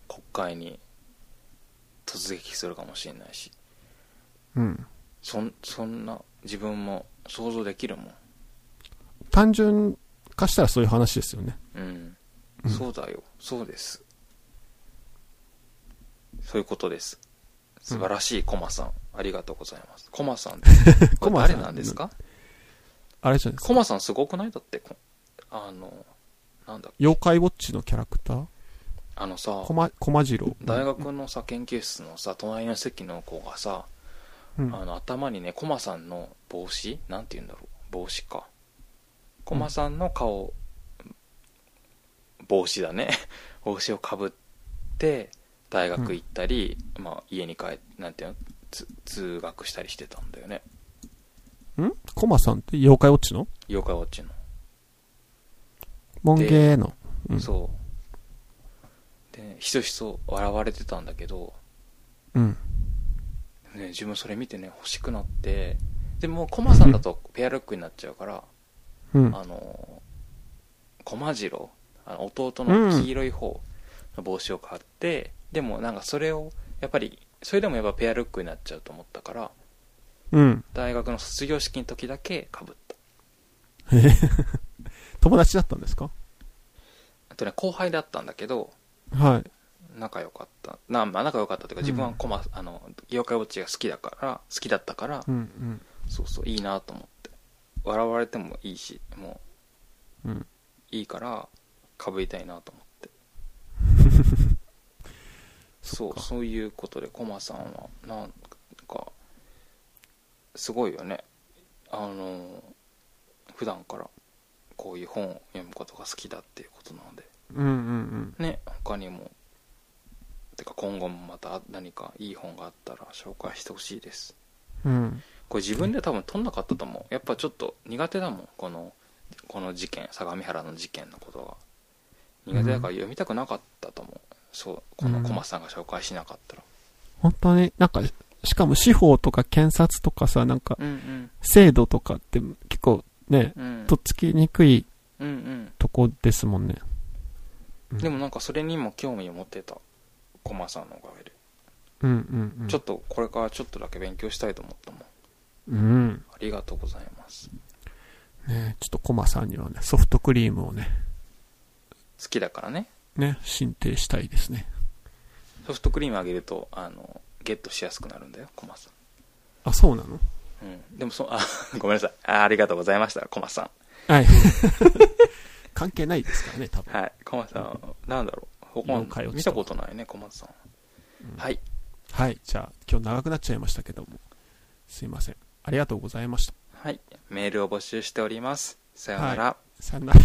A: 国会に突撃するかもしれないし
B: うん。
A: そんそんな自分も想像できるもん
B: 単純化したらそういう話ですよね。
A: うん、
B: うん
A: そうだよそうですそういうことです素晴らしいコマさん、ありがとうございますコマさんって
B: *laughs*
A: これ
B: コマさん
A: 誰なんですか
B: あれじゃないですか
A: コマさんすごくないだってこあのなんだ
B: 妖怪ウォッチのキャラクター
A: あのさ
B: コマ、コマジロ
A: 大学のさ研究室のさ隣の席の子がさ、
B: うん。
A: あの頭にねコマさんの帽子なんて言うんだろう帽子かコマさんの顔、帽子だね *laughs* 帽子をかぶって大学行ったり、まあ、家に帰ってなんていうのつ通学したりしてたんだよね
B: んコマさんって妖怪ウォッチの
A: 妖怪ウォッチの、
B: モンゲーの。うん。
A: そうで、ね、ひそひそ笑われてたんだけど
B: うん。
A: ね、自分それ見てね欲しくなってでもうコマさんだとペアルックになっちゃうから、
B: うん。
A: あのコマジロあの弟の黄色い方の帽子を買って、でもなんかそれをやっぱりそれでもやっぱペアルックになっちゃうと思ったから
B: うん。 *laughs*
A: 大学の卒業式の時だけかぶった
B: へへ友達だったんですか
A: あとね後輩だったんだけど
B: はい。
A: 仲良かったな、まあ、仲良かったというか自分は
B: うん
A: コマ、あの妖怪ウォッチが好きだから好きだったから、
B: うん、
A: そうそういいなと思って笑われてもいいしも
B: うん。うん。
A: ういいからかぶりたいなと思ってそ
B: っ
A: う
B: か
A: そういうことでコマさんはなんかすごいよねあの普段からこういう本を読むことが好きだっていうことなので
B: うんうんうん。
A: ね他にもてか今後もまた何かいい本があったら紹介してほしいです
B: うん。
A: これ自分で多分取んなかったと思うやっぱちょっと苦手だもんこのこの事件相模原の事件のことが苦手だから読みたくなかったと思う、そうこのコマさんが紹介しなかったら
B: 本当になんか、しかも司法とか検察とかさ、なんか、
A: うんうん
B: 制度とかって結構ね、
A: うん
B: とっつきにくい
A: うんうん
B: とこですもんね。うん
A: でもなんかそれにも興味を持ってたコマさんのおかげで、
B: うんうんうん。
A: ちょっとこれからちょっとだけ勉強したいと思ったもんあ
B: うん。
A: りがとうございます
B: ねちょっとコマさんにはね、ソフトクリームをね、
A: 好きだからね
B: ね、進呈したいですね。
A: ソフトクリームあげるとあのゲットしやすくなるんだよコマさ
B: あ、そうなの
A: ん、うん、でもそあごめんなさいあありがとうございましたコマさん *laughs*
B: はい。関係ないですからね、多分。
A: はい、コマさん、なんだろう、ほ
B: 了解を
A: 見たことないね、コマさん。はい、
B: はい。じゃあ、今日長くなっちゃいましたけども。すいません。ありがとうございました。
A: はい、メールを募集しております。さようなら。
B: さよなら。